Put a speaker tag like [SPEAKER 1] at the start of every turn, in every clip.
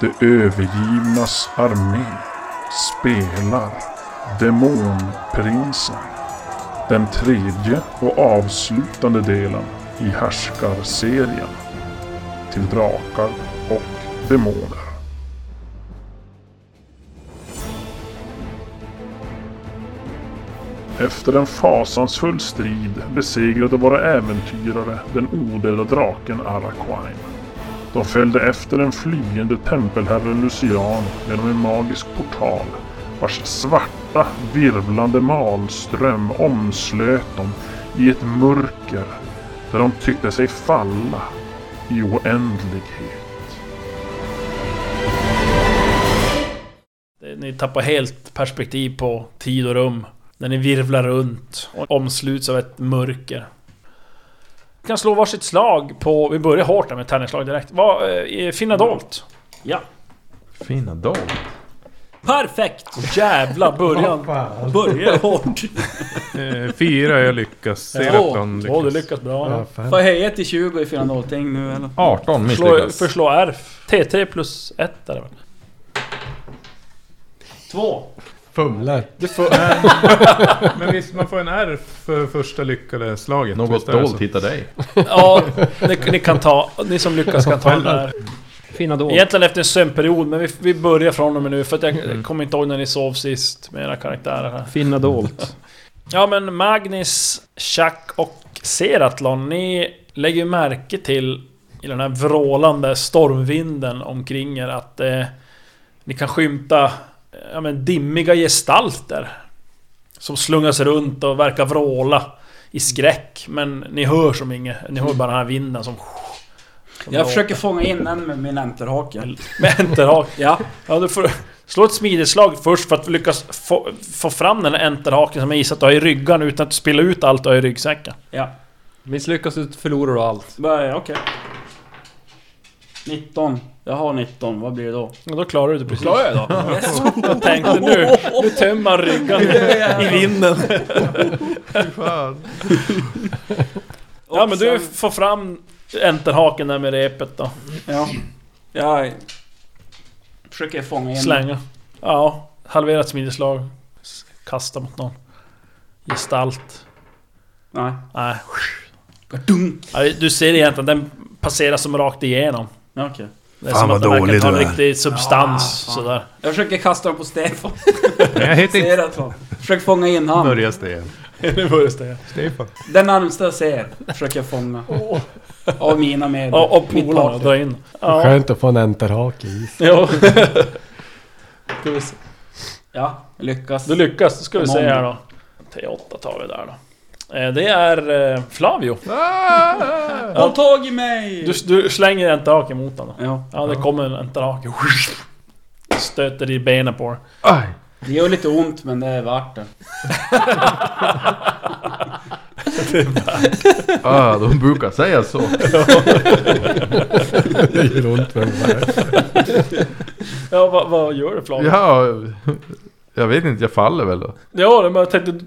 [SPEAKER 1] Det övergivnas armé spelar Demonprinsen. Den tredje och avslutande delen i Härskarserien. Till drakar och demoner. Efter en fasansfull strid besegrade våra äventyrare den odöda draken Araquine. De följde efter den flyende tempelherren Lucian genom en magisk portal vars svarta, virvlande malström omslöt dem i ett mörker där de tyckte sig falla i oändlighet.
[SPEAKER 2] Ni tappar helt perspektiv på tid och rum. När ni virvlar runt och omsluts av ett mörker. Ni kan slå varsitt slag på... Vi börjar hårt där med tärningsslag direkt. Vad... eh, Finna
[SPEAKER 3] Mm.
[SPEAKER 2] dolt.
[SPEAKER 4] Ja.
[SPEAKER 3] Fina dag.
[SPEAKER 4] Perfekt!
[SPEAKER 2] Jävla början.
[SPEAKER 4] Börja hårt.
[SPEAKER 3] Eh, fyra jag lyckas. Seraton
[SPEAKER 2] Åh, du
[SPEAKER 3] lyckas.
[SPEAKER 2] lyckas bra.
[SPEAKER 4] Får jag höja till 20 i fyra nollting nu eller?
[SPEAKER 3] 18
[SPEAKER 2] Slå,
[SPEAKER 3] misslyckas.
[SPEAKER 2] förslå R. T3 plus 1 där väl?
[SPEAKER 4] Två.
[SPEAKER 5] Fumlar.
[SPEAKER 3] Du får... Men visst, man får en R för första lyckade slaget.
[SPEAKER 6] Något
[SPEAKER 3] visst är det
[SPEAKER 6] dolt
[SPEAKER 3] så?
[SPEAKER 6] hittar dig.
[SPEAKER 2] Ja, ni, ni kan ta... Ni som lyckas kan ta den där.
[SPEAKER 7] Fina då.
[SPEAKER 2] Egentligen efter en sömnperiod, men vi, vi börjar från och med nu för att jag kommer inte ihåg när ni sov sist med era karaktärer här.
[SPEAKER 7] Finna dolt.
[SPEAKER 2] Ja men Magnus, Chuck och Seratlon, ni lägger ju märke till i den här vrålande stormvinden omkring er att eh, ni kan skymta ja, men dimmiga gestalter som slungas runt och verkar vråla i skräck. Men ni hör som inget, ni hör bara den här vinden som... som
[SPEAKER 4] Jag
[SPEAKER 2] blå-
[SPEAKER 4] försöker fånga in en med min enterhake.
[SPEAKER 2] Med enterhake.
[SPEAKER 4] Ja.
[SPEAKER 2] Ja, du får slå ett smideslag först för att lyckas få, få fram den här enterhaken som jag gissar att du har i ryggan utan att spilla ut allt du har i ryggsäcken.
[SPEAKER 4] Ja.
[SPEAKER 7] Misslyckas du förlorar du allt.
[SPEAKER 4] Börja, okej. 19. Jag har 19, vad blir det då?
[SPEAKER 2] Ja, då klarar du det precis. Klarar jag då? Jag tänkte nu, nu tömmer han ryggan i vinden. Ja men du får fram enterhaken där med repet då.
[SPEAKER 4] Ja. Jag försöker fånga in...
[SPEAKER 2] Slänga. Ja, halverat smideslag. S- Kasta mot någon. Gestalt.
[SPEAKER 4] Nej.
[SPEAKER 2] Nej.
[SPEAKER 4] Gadunk!
[SPEAKER 2] Ja, Du ser egentligen, den passerar som rakt igenom.
[SPEAKER 4] Ja, okej.
[SPEAKER 2] Det är som att den verkar ta en riktig substans
[SPEAKER 4] Ja, fan.
[SPEAKER 2] sådär.
[SPEAKER 4] Jag försöker kasta dem på Stefan.
[SPEAKER 3] Men jag heter inte...
[SPEAKER 4] Ser att han. Försöker fånga in han.
[SPEAKER 3] Börja Sten.
[SPEAKER 2] Nu börjar det.
[SPEAKER 3] Stefan.
[SPEAKER 4] Den närmsta jag ser försöker jag fånga. Av mina med.
[SPEAKER 2] Ja, och
[SPEAKER 4] mitt
[SPEAKER 2] polarna
[SPEAKER 4] party.
[SPEAKER 2] drar in. Ja.
[SPEAKER 5] Skönt att få en enterhake i.
[SPEAKER 2] Jo.
[SPEAKER 4] Ja, jag lyckas.
[SPEAKER 2] Du lyckas, då ska vi se här då. T8 tar vi där då. Eh, Det är eh, Flavio.
[SPEAKER 4] Håll tag i mig!
[SPEAKER 2] Du, du slänger en enterhake mot honom. då.
[SPEAKER 4] Ja,
[SPEAKER 2] Ja, det kommer en enterhake. Stöter i benen på dig.
[SPEAKER 4] det gör lite ont men det är värt det.
[SPEAKER 6] Ah, de brukar säga så.
[SPEAKER 5] Det gör ont men bara-
[SPEAKER 2] Ja, vad, vad gör du Flavio? Ja,
[SPEAKER 6] Ja, jag vet inte, jag faller väl då.
[SPEAKER 2] ja men jag tänkte...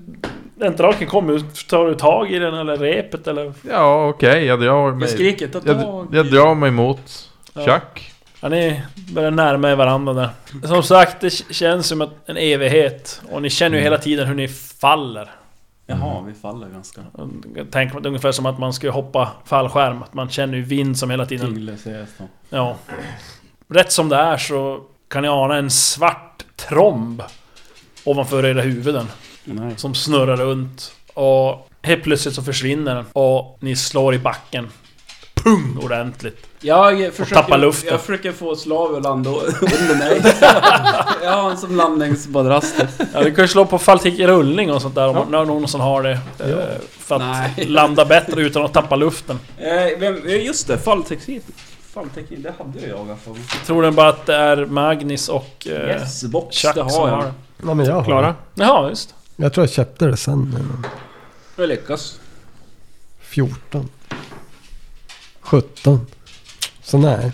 [SPEAKER 2] Enterhaken kommer ju. Tar du tag i den eller repet eller?
[SPEAKER 6] Ja, okej, jag drar
[SPEAKER 4] Jag
[SPEAKER 6] mig...
[SPEAKER 4] skriker ta
[SPEAKER 6] Jag,
[SPEAKER 4] tag.
[SPEAKER 6] jag drar mig mot Chuck.
[SPEAKER 2] Ja, ni börjar närma er varandra där. Som sagt, det k- känns som att en evighet. Och ni känner ju hela tiden hur ni faller.
[SPEAKER 4] Jaha, vi faller ganska.
[SPEAKER 2] Jag tänker mig att det är ungefär som att man skulle hoppa fallskärm. Att man känner ju vind som hela tiden
[SPEAKER 4] Tingle säger jag så.
[SPEAKER 2] Ja. Rätt som det är så kan ni ana en svart tromb ovanför era huvuden
[SPEAKER 4] Nej.
[SPEAKER 2] som snurrar runt. Och helt plötsligt så försvinner den och ni slår i backen. Pung! Ordentligt.
[SPEAKER 4] Jag försöker,
[SPEAKER 2] tappa luften.
[SPEAKER 4] jag försöker få Slav att landa under mig. jag har en som landningsmadrass.
[SPEAKER 2] Ja, ni kan ju slå på faltik rullning och sånt där om ja. någon som har det. eh, För att
[SPEAKER 4] Nej.
[SPEAKER 2] landa bättre utan att tappa luften.
[SPEAKER 4] Eh, vem, eh, just det, fallteknik. Fallteknik, det hade jag i alla fall.
[SPEAKER 2] Jag tror den bara att det är Magnus och... Eh,
[SPEAKER 4] Yes, box,
[SPEAKER 2] Chuck
[SPEAKER 4] det
[SPEAKER 2] som
[SPEAKER 4] har
[SPEAKER 2] har
[SPEAKER 4] jag.
[SPEAKER 2] det.
[SPEAKER 5] Nej men jag har
[SPEAKER 7] Klara?
[SPEAKER 2] Jaha, just.
[SPEAKER 5] Jag tror jag köpte det sen. eh,
[SPEAKER 4] Jag lyckas.
[SPEAKER 5] 14. 17. Så nej.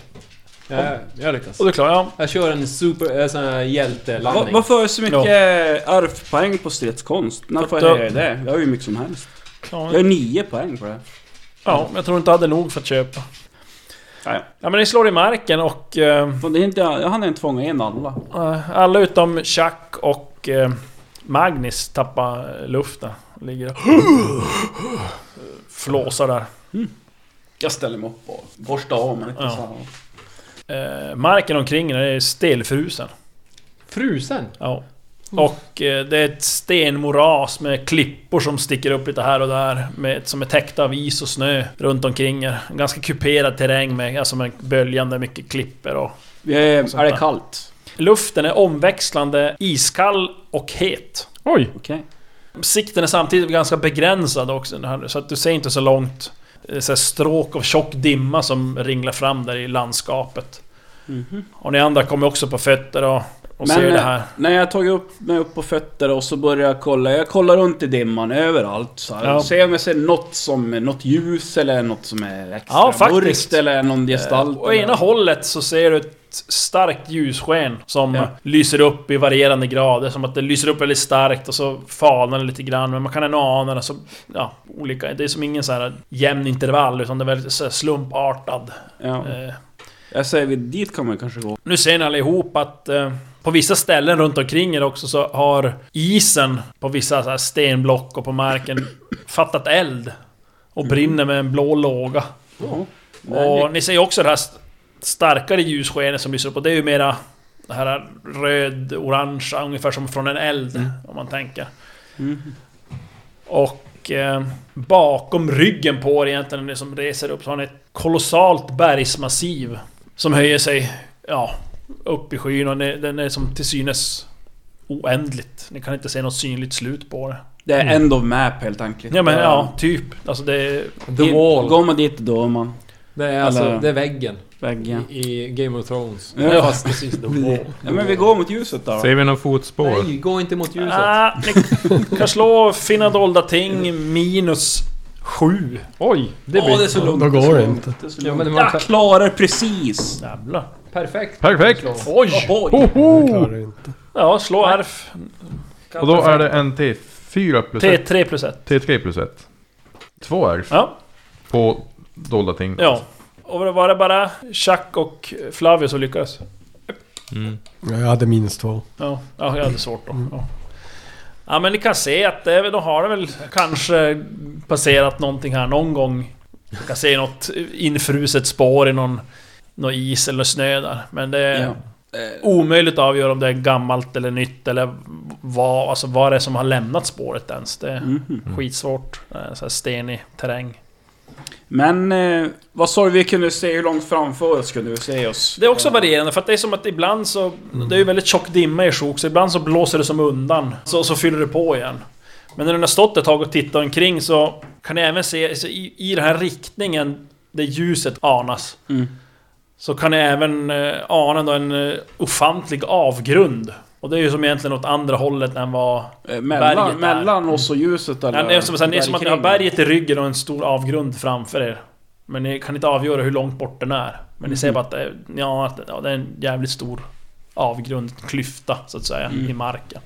[SPEAKER 7] Jag, jag lyckas.
[SPEAKER 2] Och du klarar ja.
[SPEAKER 7] Jag kör en super... eh, sån här
[SPEAKER 4] Va,
[SPEAKER 7] hjältelandning.
[SPEAKER 4] varför har jag så mycket arvpoäng på stridskonst? När får jag
[SPEAKER 2] Då-
[SPEAKER 4] höja det? Jag har ju mycket som helst. Jag
[SPEAKER 2] Ja,
[SPEAKER 4] har nio poäng på det.
[SPEAKER 2] ja, men jag tror inte jag hade nog för att köpa.
[SPEAKER 4] Ja, ja.
[SPEAKER 2] Ja men ni slår i marken och... Eh,
[SPEAKER 4] Fan, det är inte, jag hann inte fånga in alla.
[SPEAKER 2] eh, alla utom Chuck och eh, Magnus tappar luften. Ligger och... Flåsar där.
[SPEAKER 4] Jag ställer mig upp och borstar av mig lite
[SPEAKER 2] Ja.
[SPEAKER 4] så här.
[SPEAKER 2] Eh, marken omkring er är stelfrusen.
[SPEAKER 7] Frusen?
[SPEAKER 2] Ja. Och eh, det är ett stenmoras med klippor som sticker upp lite här och där. Med, som är täckta av is och snö runt omkring er. En ganska kuperad terräng med, alltså med böljande mycket klippor och...
[SPEAKER 4] Vi är,
[SPEAKER 2] Sånt
[SPEAKER 4] är det
[SPEAKER 2] där.
[SPEAKER 4] kallt?
[SPEAKER 2] Luften är omväxlande iskall och het.
[SPEAKER 6] Oj!
[SPEAKER 4] Okej.
[SPEAKER 2] Sikten är samtidigt ganska begränsad också den här, så att du ser inte så långt eh, så här stråk av tjock dimma som ringlar fram där i landskapet.
[SPEAKER 4] Mhm.
[SPEAKER 2] Och ni andra kommer också på fötter och, och
[SPEAKER 4] Men,
[SPEAKER 2] ser det
[SPEAKER 4] eh,
[SPEAKER 2] här.
[SPEAKER 4] När jag tagit upp mig upp på fötter och så börjar jag kolla. Jag kollar runt i dimman överallt. Så här.
[SPEAKER 2] Ja.
[SPEAKER 4] Se om jag ser något som något ljus eller något som är extra
[SPEAKER 2] Ja, faktiskt.
[SPEAKER 4] mörkt eller någon gestalt.
[SPEAKER 2] Å ena hållet så ser du ett starkt ljussken som
[SPEAKER 4] Ja.
[SPEAKER 2] lyser upp i varierande grader. Som att det lyser upp väldigt starkt och så falnar det lite grann. Men man kan ändå ana det som... Ja, olika. Det är som ingen så här jämn intervall utan det är väldigt så här slumpartad.
[SPEAKER 4] ja.
[SPEAKER 2] Eh,
[SPEAKER 4] Jag säger vi dit kan man kanske gå.
[SPEAKER 2] Nu ser ni allihop att eh, på vissa ställen runt omkring er också så har isen på vissa så här stenblock och på marken fattat eld. Och brinner med en blå låga.
[SPEAKER 4] Ja.
[SPEAKER 2] Och ni ser ju också det här st- starkare ljusskenet som lyser upp och det är ju mera det här röd-orangea, ungefär som från en eld om man tänker.
[SPEAKER 4] Mhm.
[SPEAKER 2] Och eh, bakom ryggen på er egentligen, det som reser upp, så har ni ett kolossalt bergsmassiv som höjer sig ja, upp i skyn och ni- den är som till synes oändligt. Ni kan inte se något synligt slut på det.
[SPEAKER 4] Det är end of map helt enkelt.
[SPEAKER 2] Mm. Ja men ja, typ. Alltså det är
[SPEAKER 7] The wall.
[SPEAKER 4] Går man dit då är man
[SPEAKER 7] Det är alltså,
[SPEAKER 4] Eller-
[SPEAKER 7] det är väggen.
[SPEAKER 4] väggen.
[SPEAKER 7] I Game of Thrones.
[SPEAKER 4] Ja.
[SPEAKER 7] Fast precis the wall.
[SPEAKER 4] Ja men vi går mot ljuset då.
[SPEAKER 6] Ser vi några fotspår?
[SPEAKER 7] Nej, gå inte mot ljuset.
[SPEAKER 2] Ah, ni kan slå finna dolda ting minus 7.
[SPEAKER 7] Oj! Det
[SPEAKER 4] Åh,
[SPEAKER 7] blir...
[SPEAKER 4] det är så lugnt.
[SPEAKER 5] Då går det inte.
[SPEAKER 4] Det är så
[SPEAKER 7] Ja,
[SPEAKER 4] lugnt.
[SPEAKER 7] men det var-
[SPEAKER 4] jag klarar precis!
[SPEAKER 2] Jävlar.
[SPEAKER 7] Perfekt.
[SPEAKER 6] Perfekt!
[SPEAKER 2] Oj!
[SPEAKER 4] Oj!
[SPEAKER 5] Jag klarar det inte.
[SPEAKER 2] Ja, slå RF.
[SPEAKER 6] Och då är det en T4 plus 1.
[SPEAKER 2] T3 plus 1.
[SPEAKER 6] T3 plus 1. Två är
[SPEAKER 2] Ja,
[SPEAKER 6] på dolda ting.
[SPEAKER 2] ja. Och det var det bara Chuck och Flavio som lyckades?
[SPEAKER 6] Mm.
[SPEAKER 5] Ja, Jag hade minus två.
[SPEAKER 2] Ja, ja jag hade svårt då. Ja. ja, men ni kan se att det, de har det väl kanske passerat någonting här någon gång. Ni kan se något infruset spår i någon, någon is eller snö där. Men det är
[SPEAKER 4] Ja.
[SPEAKER 2] omöjligt att avgöra om det är gammalt eller nytt eller vad, alltså vad det är som har lämnat spåret ens. Det är
[SPEAKER 4] Mhm.
[SPEAKER 2] skitsvårt. Eh, Så här stenig terräng.
[SPEAKER 4] Men eh, vad sa du vi kunde se? Hur långt framför oss kunde vi se oss?
[SPEAKER 2] Det är också varierande för att det är som att ibland så... Det är ju väldigt tjock dimma i sjok så ibland så blåser det som undan. Så, så fyller det på igen. Men när den har stått ett tag och tittat omkring så kan ni även se så i, i den här riktningen där ljuset anas.
[SPEAKER 4] Mm.
[SPEAKER 2] Så kan ni även eh, ana då en eh, ofantlig avgrund. Och det är ju som egentligen åt andra hållet än vad...
[SPEAKER 4] Eh,
[SPEAKER 2] Berget
[SPEAKER 4] mellan,
[SPEAKER 2] där.
[SPEAKER 4] mellan oss och ljuset eller?
[SPEAKER 2] Ja, det är som, det är som att ni har
[SPEAKER 4] bergkring.
[SPEAKER 2] berget i ryggen och en stor avgrund framför er. Men ni kan inte avgöra hur långt bort den är. Men ni ser bara att det är, ja, att, ja, det är en jävligt stor avgrund, klyfta så att säga, i marken.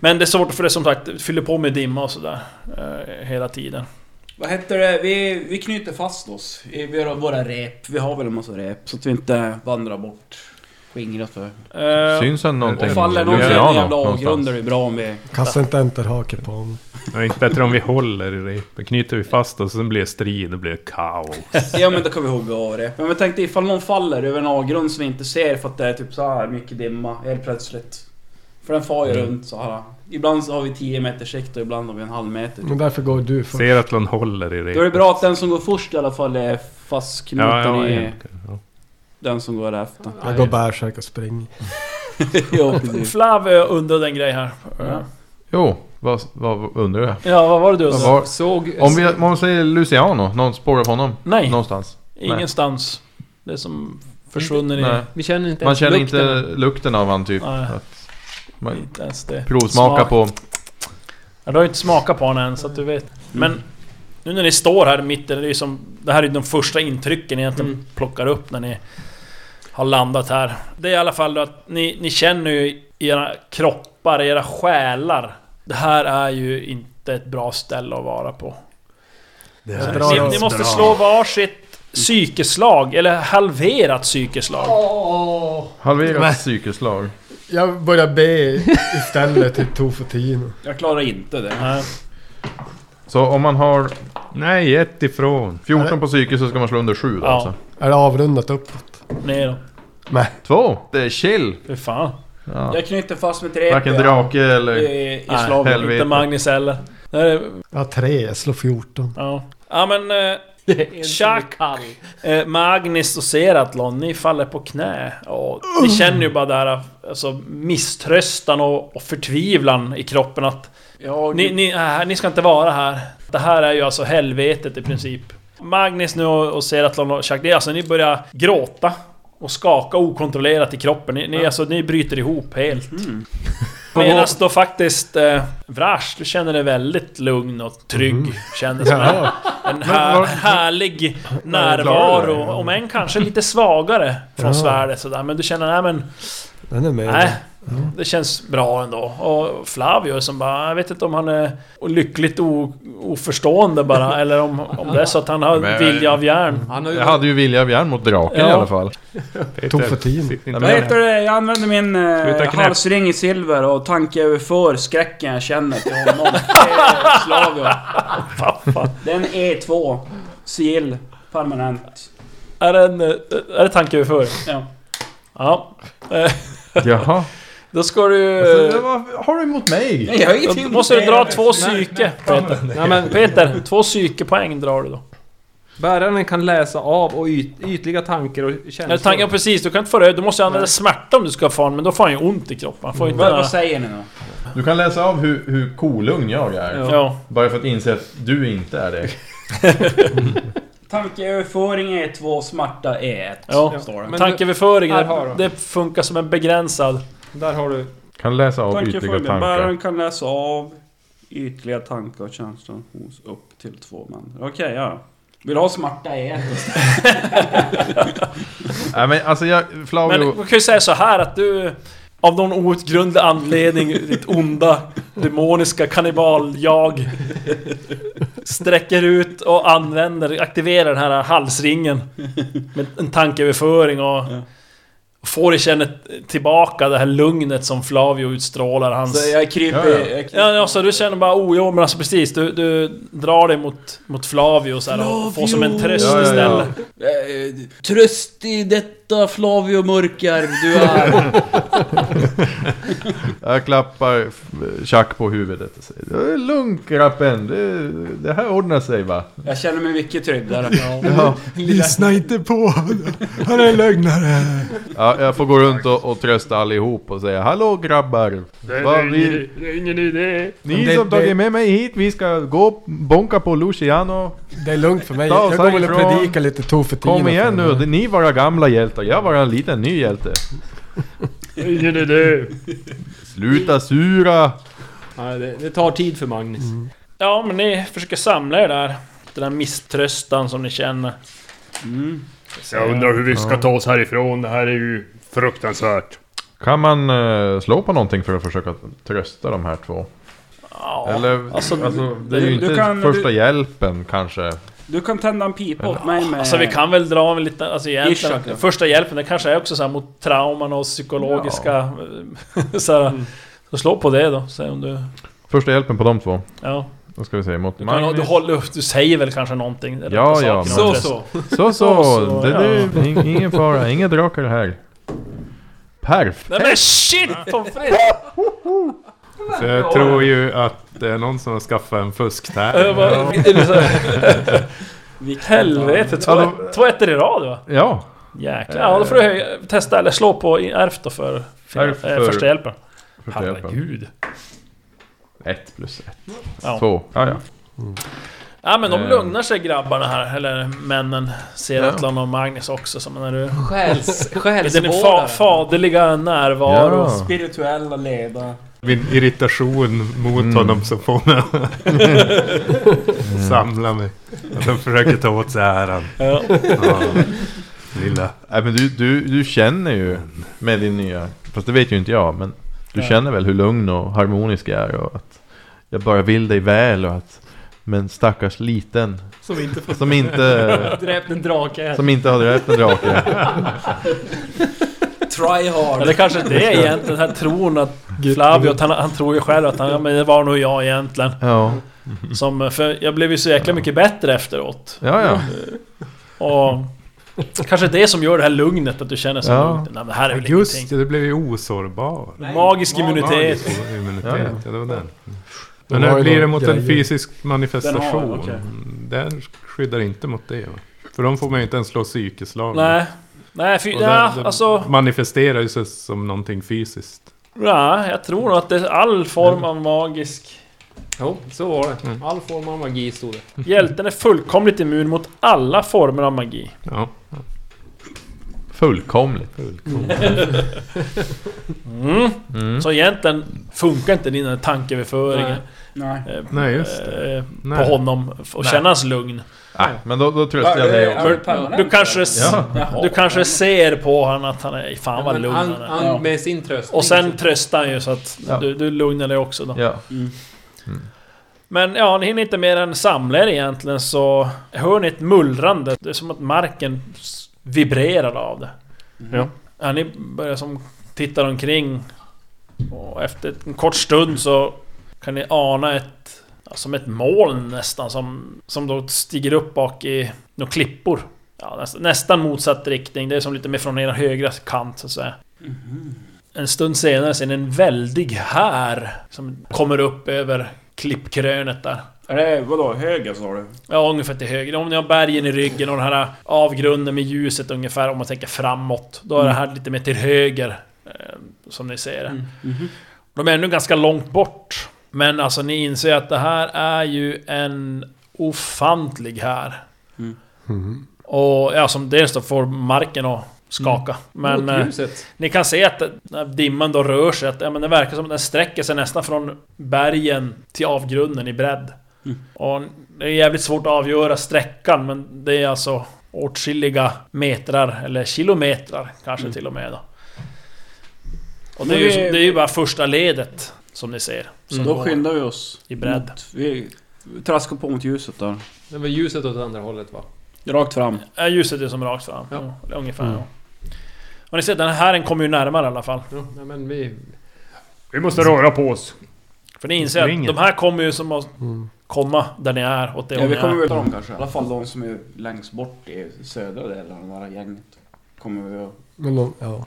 [SPEAKER 2] Men det är svårt för det som sagt, det fyller på med dimma och sådär. Eh, hela tiden.
[SPEAKER 4] Vad heter det? Vi, vi knyter fast oss. Vi vi har våra rep. Vi har väl en massa rep. Så att vi inte vandrar bort. Skingrat för.
[SPEAKER 2] Eh,
[SPEAKER 6] Syns han någonting?
[SPEAKER 4] Och faller någon
[SPEAKER 6] Gör
[SPEAKER 4] till
[SPEAKER 6] jag
[SPEAKER 4] en
[SPEAKER 6] något
[SPEAKER 4] jävla avgrund
[SPEAKER 6] någonstans?
[SPEAKER 4] är det bra om vi...
[SPEAKER 5] Kasta inte enterhake på honom.
[SPEAKER 3] Det är inte bättre om vi håller i repet. Knyter vi fast oss, sen blir det strid och blir det kaos.
[SPEAKER 4] Ja men då kan vi hugga av det. Men jag tänkte ifall någon faller över en avgrund som vi inte ser för att det är typ så här mycket dimma helt plötsligt. För den far ju runt så här. Ibland så har vi 10 meters sikt och ibland har vi en halv meter.
[SPEAKER 5] Men därför går du först.
[SPEAKER 3] Ser att någon håller i
[SPEAKER 4] Då är det
[SPEAKER 3] repet.
[SPEAKER 4] bra att den som går först i alla fall är fastknuten
[SPEAKER 3] Ja, ja,
[SPEAKER 4] i
[SPEAKER 3] ja. ja.
[SPEAKER 4] den som går efter.
[SPEAKER 5] Jag går bärsärk och springer.
[SPEAKER 4] ja, precis.
[SPEAKER 2] Flavio eh, undrade en grej här. Eh, Ja,
[SPEAKER 6] Jo, vad, vad undrar jag?
[SPEAKER 2] vad var det du
[SPEAKER 6] Vad
[SPEAKER 2] undrade?
[SPEAKER 6] var,
[SPEAKER 7] Såg...
[SPEAKER 6] om, vi, om man säger Luciano, någon spår av honom?
[SPEAKER 2] Nej,
[SPEAKER 6] Någonstans?
[SPEAKER 2] ingenstans. Det är som försvunnen
[SPEAKER 6] Nej.
[SPEAKER 2] i...
[SPEAKER 7] Vi känner inte
[SPEAKER 6] Man
[SPEAKER 7] ens
[SPEAKER 6] känner
[SPEAKER 7] lukten.
[SPEAKER 6] inte lukten av han typ?
[SPEAKER 2] Nej.
[SPEAKER 6] Att man
[SPEAKER 2] Inte ens det.
[SPEAKER 6] provsmakar
[SPEAKER 2] Smak.
[SPEAKER 6] på...
[SPEAKER 2] Ja, du har ju inte smakat på den än så att du vet. Men nu när ni står här i mitten, det, är ju som, det här är ju de första intrycken ni egentligen plockar upp när ni har landat här. Det är i alla fall att ni, ni känner ju i era kroppar, i era själar. Det här är ju inte ett bra ställe att vara på.
[SPEAKER 5] Jag
[SPEAKER 2] Ni,
[SPEAKER 5] drar
[SPEAKER 2] ni
[SPEAKER 5] oss.
[SPEAKER 2] måste slå varsitt psykeslag, eller halverat psykeslag.
[SPEAKER 5] Åh, Nej.
[SPEAKER 6] Halverat psykeslag.
[SPEAKER 5] jag börjar be istället till Tofu Tino.
[SPEAKER 4] Jag klarar inte det.
[SPEAKER 2] Nej.
[SPEAKER 6] Så om man har
[SPEAKER 3] Nej, ett ifrån.
[SPEAKER 6] 14 på psyke så ska man slå under 7 då
[SPEAKER 2] Ja.
[SPEAKER 6] alltså.
[SPEAKER 5] Är det avrundat uppåt?
[SPEAKER 2] Nej då.
[SPEAKER 5] Nej.
[SPEAKER 6] Två! Det är chill!
[SPEAKER 2] Fy fan.
[SPEAKER 6] Ja.
[SPEAKER 4] Jag knyter fast mig till repet.
[SPEAKER 6] Varken drake eller...
[SPEAKER 4] I, i
[SPEAKER 2] Nej,
[SPEAKER 4] slaget.
[SPEAKER 6] helvete.
[SPEAKER 2] Inte Magnus heller. Nej, det-
[SPEAKER 5] Jag har tre, jag slår 14.
[SPEAKER 2] Ja. Ja men... eh,
[SPEAKER 7] Det är en som är
[SPEAKER 2] Tjack.
[SPEAKER 7] kall.
[SPEAKER 2] Eh, Magnus och Seratlon, ni faller på knä. Och ni känner ju bara där alltså, misströstan och, och förtvivlan i kroppen att
[SPEAKER 4] Jag,
[SPEAKER 2] ni, ni, äh, ni ska inte vara här. Det här är ju alltså helvetet i princip. Magnus nu och och Seratlon och Chuck, det är alltså ni börjar gråta och skaka okontrollerat i kroppen. Ni, ni, alltså, ni bryter ihop helt.
[SPEAKER 5] Mm.
[SPEAKER 2] Medan då faktiskt eh, Vrash, du känner dig väldigt lugn och trygg. Känner som en-
[SPEAKER 5] Mm. Ja,
[SPEAKER 2] en här,
[SPEAKER 6] var-
[SPEAKER 2] härlig
[SPEAKER 6] klar
[SPEAKER 2] närvaro, om än kanske lite svagare från
[SPEAKER 5] Ja.
[SPEAKER 2] svärdet sådär. Men du känner, nej men,
[SPEAKER 5] den är med.
[SPEAKER 2] nej. Det känns bra ändå. Och Flavio som bara, jag vet inte om han är lyckligt o, oförstående bara, eller om, om det är så att han har
[SPEAKER 6] Men-
[SPEAKER 2] vilja av järn.
[SPEAKER 7] Han har ju...
[SPEAKER 6] Jag hade ju vilja av järn mot draken
[SPEAKER 2] Ja.
[SPEAKER 6] i alla fall.
[SPEAKER 3] Peter,
[SPEAKER 5] Tog för tid.
[SPEAKER 3] sitt inte
[SPEAKER 6] Nej,
[SPEAKER 4] vad
[SPEAKER 3] där.
[SPEAKER 6] men-
[SPEAKER 4] heter det? Jag använder min
[SPEAKER 3] Sluta
[SPEAKER 4] eh,
[SPEAKER 3] knäpp.
[SPEAKER 4] halsring i silver och tankeöverför skräcken jag känner till honom. Slavio.
[SPEAKER 2] Pappa.
[SPEAKER 4] Den är E2. Sigill. Permanent.
[SPEAKER 2] Är det, en, eh, är det tankeöverföring?
[SPEAKER 4] Ja.
[SPEAKER 2] Ja.
[SPEAKER 6] Jaha.
[SPEAKER 2] Då ska du...
[SPEAKER 6] Så, det var- har du emot mig?
[SPEAKER 4] Nej, jag har
[SPEAKER 2] Då
[SPEAKER 4] ingenting
[SPEAKER 2] måste du
[SPEAKER 4] med det.
[SPEAKER 2] dra två psyke, Peter.
[SPEAKER 7] Nej, men
[SPEAKER 2] Peter, två psykepoäng drar du då.
[SPEAKER 7] bäraren kan läsa av och yt, ytliga tankar och känslor.
[SPEAKER 2] Eller tanken precis, du kan inte få det. Du måste använda
[SPEAKER 7] Nej.
[SPEAKER 2] smärta om du ska få honom, men då får han ju ont i kroppen. Han Får inte
[SPEAKER 4] Mm. Vad,
[SPEAKER 2] några...
[SPEAKER 4] vad säger ni då?
[SPEAKER 6] Du kan läsa av hur, hur kolugn jag är.
[SPEAKER 7] Ja.
[SPEAKER 2] Ja.
[SPEAKER 6] Bara för att inse att du inte är det.
[SPEAKER 4] Tankeöverföring är E2, E smärta är E1.
[SPEAKER 2] Ja.
[SPEAKER 4] Står det.
[SPEAKER 7] Men
[SPEAKER 2] Tankeöverföringen,
[SPEAKER 7] här har de.
[SPEAKER 2] det funkar som en begränsad...
[SPEAKER 7] Där har du...
[SPEAKER 6] Kan läsa av ytliga tankar.
[SPEAKER 4] Bäraren kan läsa av ytliga tankar och känslor hos upp till två män. Okej, ja. Vill du ha smärta i ett?
[SPEAKER 6] Nej men alltså jag...
[SPEAKER 2] Men
[SPEAKER 6] Flavio...
[SPEAKER 2] man kan ju säga så här att du... Av någon outgrundlig anledning, ditt onda, demoniska kannibal-jag sträcker ut och använder, aktiverar den här halsringen med en tankeöverföring och, och får dig känna tillbaka det här lugnet som Flavio utstrålar. Hans...
[SPEAKER 4] Så Alltså, jag kryper...
[SPEAKER 6] Ja, ja.
[SPEAKER 4] Jag kryper.
[SPEAKER 2] Ja, alltså du känner bara oh, jo, men alltså precis. Du, du drar dig mot, mot Flavio så här, och får som en tröst
[SPEAKER 6] Ja, ja, ja.
[SPEAKER 2] istället.
[SPEAKER 4] Eh, Tröst i detta Flavio Mörkar, du är...
[SPEAKER 6] Jag klappar Chuck på huvudet och säger Lugn grabben, det, det här ordnar sig va?
[SPEAKER 4] Jag känner mig mycket tryggare.
[SPEAKER 6] Ja,
[SPEAKER 5] Lyssna inte på honom. Han är en lögnare.
[SPEAKER 6] ja, jag får gå runt och, och trösta allihop och säga Hallå grabbar! Va, vi,
[SPEAKER 1] det är ingen idé.
[SPEAKER 6] ni
[SPEAKER 5] Det-
[SPEAKER 6] som
[SPEAKER 5] det-
[SPEAKER 6] tagit med mig hit, vi ska gå bonka på Luciano.
[SPEAKER 5] Det är lugnt för mig.
[SPEAKER 6] Ta oss
[SPEAKER 5] Jag går väl och
[SPEAKER 6] härifrån.
[SPEAKER 5] predikar lite Tofu Tino.
[SPEAKER 6] Kom
[SPEAKER 5] för
[SPEAKER 6] igen nu,
[SPEAKER 5] honom.
[SPEAKER 6] det- ni var gamla hjältar, jag var en liten ny hjälte.
[SPEAKER 1] Det är ingen idé.
[SPEAKER 6] Sluta sura!
[SPEAKER 7] Nej, det, det tar tid för Magnus.
[SPEAKER 1] Mm.
[SPEAKER 2] Ja, men ni försöker samla er där. Den där misströstan som ni känner.
[SPEAKER 1] Jag undrar hur vi ska ta oss härifrån. Det här är ju fruktansvärt.
[SPEAKER 6] Kan man eh, slå på någonting för att försöka trösta de här två?
[SPEAKER 2] Ja,
[SPEAKER 6] Eller,
[SPEAKER 2] alltså,
[SPEAKER 6] alltså, det är ju
[SPEAKER 4] du-
[SPEAKER 6] inte
[SPEAKER 4] du kan-
[SPEAKER 6] första hjälpen kanske.
[SPEAKER 4] Du kan tända en pipa åt mig med...
[SPEAKER 7] Eh.
[SPEAKER 2] alltså vi kan väl dra en liten... Alltså egentligen,
[SPEAKER 4] Ish, ja.
[SPEAKER 2] första hjälpen, det kanske är också så här mot trauman och psykologiska... eh, så här,
[SPEAKER 7] Mm.
[SPEAKER 2] Så slå på det då, säg om du...
[SPEAKER 6] Första hjälpen på de två.
[SPEAKER 2] Ja.
[SPEAKER 6] Då ska vi se, mot
[SPEAKER 2] Du, kan, du,
[SPEAKER 6] Magnus.
[SPEAKER 2] håller, du säger väl kanske någonting? det är
[SPEAKER 6] Ja,
[SPEAKER 2] rätta
[SPEAKER 6] ja,
[SPEAKER 2] saken
[SPEAKER 6] men-
[SPEAKER 2] om
[SPEAKER 7] Så
[SPEAKER 2] förresten.
[SPEAKER 6] Så
[SPEAKER 7] så.
[SPEAKER 6] så,
[SPEAKER 2] så,
[SPEAKER 6] det,
[SPEAKER 2] ja.
[SPEAKER 6] det är ju ing- ingen fara, inga drakar här. Perfekt!
[SPEAKER 2] Nej men shit! Pommes frites!
[SPEAKER 3] Så jag tror ju att det är någon som har skaffat en fusktär.
[SPEAKER 2] Jag bara- eller så här. Helvete, två,
[SPEAKER 6] Ja,
[SPEAKER 2] två ettor i rad va?
[SPEAKER 6] Ja,
[SPEAKER 2] Jäklar. Ja, då får du höja, testa eller slå på i- ärft då för, för,
[SPEAKER 6] Ärft
[SPEAKER 2] eh,
[SPEAKER 6] för-
[SPEAKER 2] första hjälpen.
[SPEAKER 6] första hjälpen.
[SPEAKER 2] Herregud.
[SPEAKER 6] Ett plus ett.
[SPEAKER 2] Ja.
[SPEAKER 6] Två. Ja, ja.
[SPEAKER 2] Ja men de
[SPEAKER 6] Eh.
[SPEAKER 2] lugnar sig grabbarna här, eller männen. Seratlan och Magnus också som när du...
[SPEAKER 7] Själs...
[SPEAKER 2] Den är fa,
[SPEAKER 7] Själsvårdare.
[SPEAKER 2] faderliga närvaro.
[SPEAKER 6] ja.
[SPEAKER 4] Spirituella ledare.
[SPEAKER 3] Min irritation mot
[SPEAKER 5] Mm.
[SPEAKER 3] honom som får mig att samla mig. Att han försöker ta åt sig äran.
[SPEAKER 2] Ja.
[SPEAKER 3] Ja. Lilla.
[SPEAKER 6] Nej, men du, du, du känner ju med din nya... Fast det vet ju inte jag, men du känner väl hur lugn och harmonisk jag är och att jag bara vill dig väl och att... Men stackars liten
[SPEAKER 7] Som inte får
[SPEAKER 6] Som inte,
[SPEAKER 7] dräpt en drake.
[SPEAKER 6] som inte har dräpt en drake.
[SPEAKER 4] Try hard.
[SPEAKER 2] Eller kanske det är egentligen, den här tron att Flavio, att han, han tror ju själv att han, ja, men det var nog jag egentligen.
[SPEAKER 6] Ja,
[SPEAKER 2] Som, för jag blev ju så jäkla mycket bättre efteråt.
[SPEAKER 6] ja. ja.
[SPEAKER 2] Och kanske det som gör det här lugnet, att du känner så
[SPEAKER 6] Ja.
[SPEAKER 2] lugnt. Nej men det här är väl
[SPEAKER 3] Just
[SPEAKER 2] ingenting.
[SPEAKER 3] det, det blev ju osårbar.
[SPEAKER 2] Magisk immunitet.
[SPEAKER 3] Magisk immunitet, ja, det var den.
[SPEAKER 5] De
[SPEAKER 3] Men
[SPEAKER 5] har
[SPEAKER 3] nu
[SPEAKER 5] ju
[SPEAKER 3] blir
[SPEAKER 5] de
[SPEAKER 3] det mot en
[SPEAKER 5] grejer.
[SPEAKER 3] fysisk
[SPEAKER 4] Den har,
[SPEAKER 3] manifestation.
[SPEAKER 4] okej.
[SPEAKER 3] Den skyddar inte mot det va? För de får man ju inte ens slå psykeslag.
[SPEAKER 2] Nej. Nej, fy,
[SPEAKER 3] Och
[SPEAKER 2] ja,
[SPEAKER 3] den- den
[SPEAKER 2] alltså...
[SPEAKER 3] Manifesterar ju sig som någonting fysiskt.
[SPEAKER 2] Ja, jag tror nog att det är all form av magisk...
[SPEAKER 7] Jo, så var det. All form av magi stod det.
[SPEAKER 2] Hjälten är fullkomligt immun mot alla former av magi.
[SPEAKER 3] Ja.
[SPEAKER 6] Fullkomligt.
[SPEAKER 2] Mm.
[SPEAKER 6] Mm.
[SPEAKER 2] Så egentligen funkar inte din tankeöverföring
[SPEAKER 7] Nej.
[SPEAKER 4] Nej.
[SPEAKER 2] eh,
[SPEAKER 3] Nej just det.
[SPEAKER 2] eh, på
[SPEAKER 3] Nej.
[SPEAKER 2] honom f- och känna hans lugn.
[SPEAKER 6] Nej, men då, då tröstar jag dig också.
[SPEAKER 4] Är det permanent?
[SPEAKER 2] Du kanske, s-
[SPEAKER 6] Ja.
[SPEAKER 4] Jaha.
[SPEAKER 2] du kanske ser på honom att han är fan vad
[SPEAKER 7] Men
[SPEAKER 2] lugn
[SPEAKER 7] han,
[SPEAKER 2] han är.
[SPEAKER 7] han med sin tröst.
[SPEAKER 2] Och sen tröstar han ju så att
[SPEAKER 6] Ja.
[SPEAKER 2] du, du lugnar dig också då.
[SPEAKER 6] Ja.
[SPEAKER 2] Men ja, ni hinner inte mer än samla er egentligen så hör ni ett mullrande. Det är som att marken s- vibrerar av det.
[SPEAKER 7] Ja.
[SPEAKER 2] ja ni börjar som tittar omkring. Och efter en kort stund så kan ni ana ett... Ja, som ett moln nästan som, som då stiger upp bak i några klippor. Ja, nästan, nästan motsatt riktning. Det är som lite mer från era högra kant så att säga. En stund senare ser ni en väldig här som kommer upp över klippkrönet där.
[SPEAKER 4] Är det vadå, höger sa du?
[SPEAKER 2] Ja, ungefär till höger. Om ni har bergen i ryggen och den här äh, avgrunden med ljuset ungefär, om man tänker framåt. Då är det
[SPEAKER 7] Mm.
[SPEAKER 2] här lite mer till höger, eh, som ni ser det.
[SPEAKER 7] mhm.
[SPEAKER 2] De är ännu ganska långt bort. Men alltså, ni inser att det här är ju en ofantlig här.
[SPEAKER 7] Mm.
[SPEAKER 2] Och ja, som dels då får marken att skaka. Men... eh,
[SPEAKER 7] Mm. Mot ljuset.
[SPEAKER 2] ni kan se att när dimman då rör sig, att ja, men det verkar som att den sträcker sig nästan från bergen till avgrunden i bredd.
[SPEAKER 4] Mm.
[SPEAKER 2] Och det är jävligt svårt att avgöra sträckan, men det är alltså åtskilliga metrar, eller kilometrar kanske till och med då. Och det är, ju,
[SPEAKER 4] Mm. Men vi-
[SPEAKER 2] det är ju bara första ledet som ni ser. Som
[SPEAKER 4] Då
[SPEAKER 2] går
[SPEAKER 4] skyndar vi oss.
[SPEAKER 2] I bredd.
[SPEAKER 4] Mot, vi traskar på mot ljuset där.
[SPEAKER 7] Det var ljuset åt andra hållet va?
[SPEAKER 4] Rakt fram.
[SPEAKER 2] Ja, ljuset är som rakt fram.
[SPEAKER 7] Ja.
[SPEAKER 2] Ja. Ungefär.
[SPEAKER 4] Mm.
[SPEAKER 2] Ja. Och ni ser, den här kommer ju närmare i alla fall.
[SPEAKER 7] Ja, nej, men vi...
[SPEAKER 3] Vi måste röra på oss.
[SPEAKER 2] För ni inser att
[SPEAKER 3] Springer.
[SPEAKER 2] de här kommer ju som att komma där ni är, åt det
[SPEAKER 4] Mm. Ja,
[SPEAKER 2] håll ni
[SPEAKER 4] vi kommer
[SPEAKER 2] är.
[SPEAKER 4] väl ta dem kanske. I alla fall de som är längst bort i södra delen av det här gänget. Kommer vi att...
[SPEAKER 5] Men, de, ja.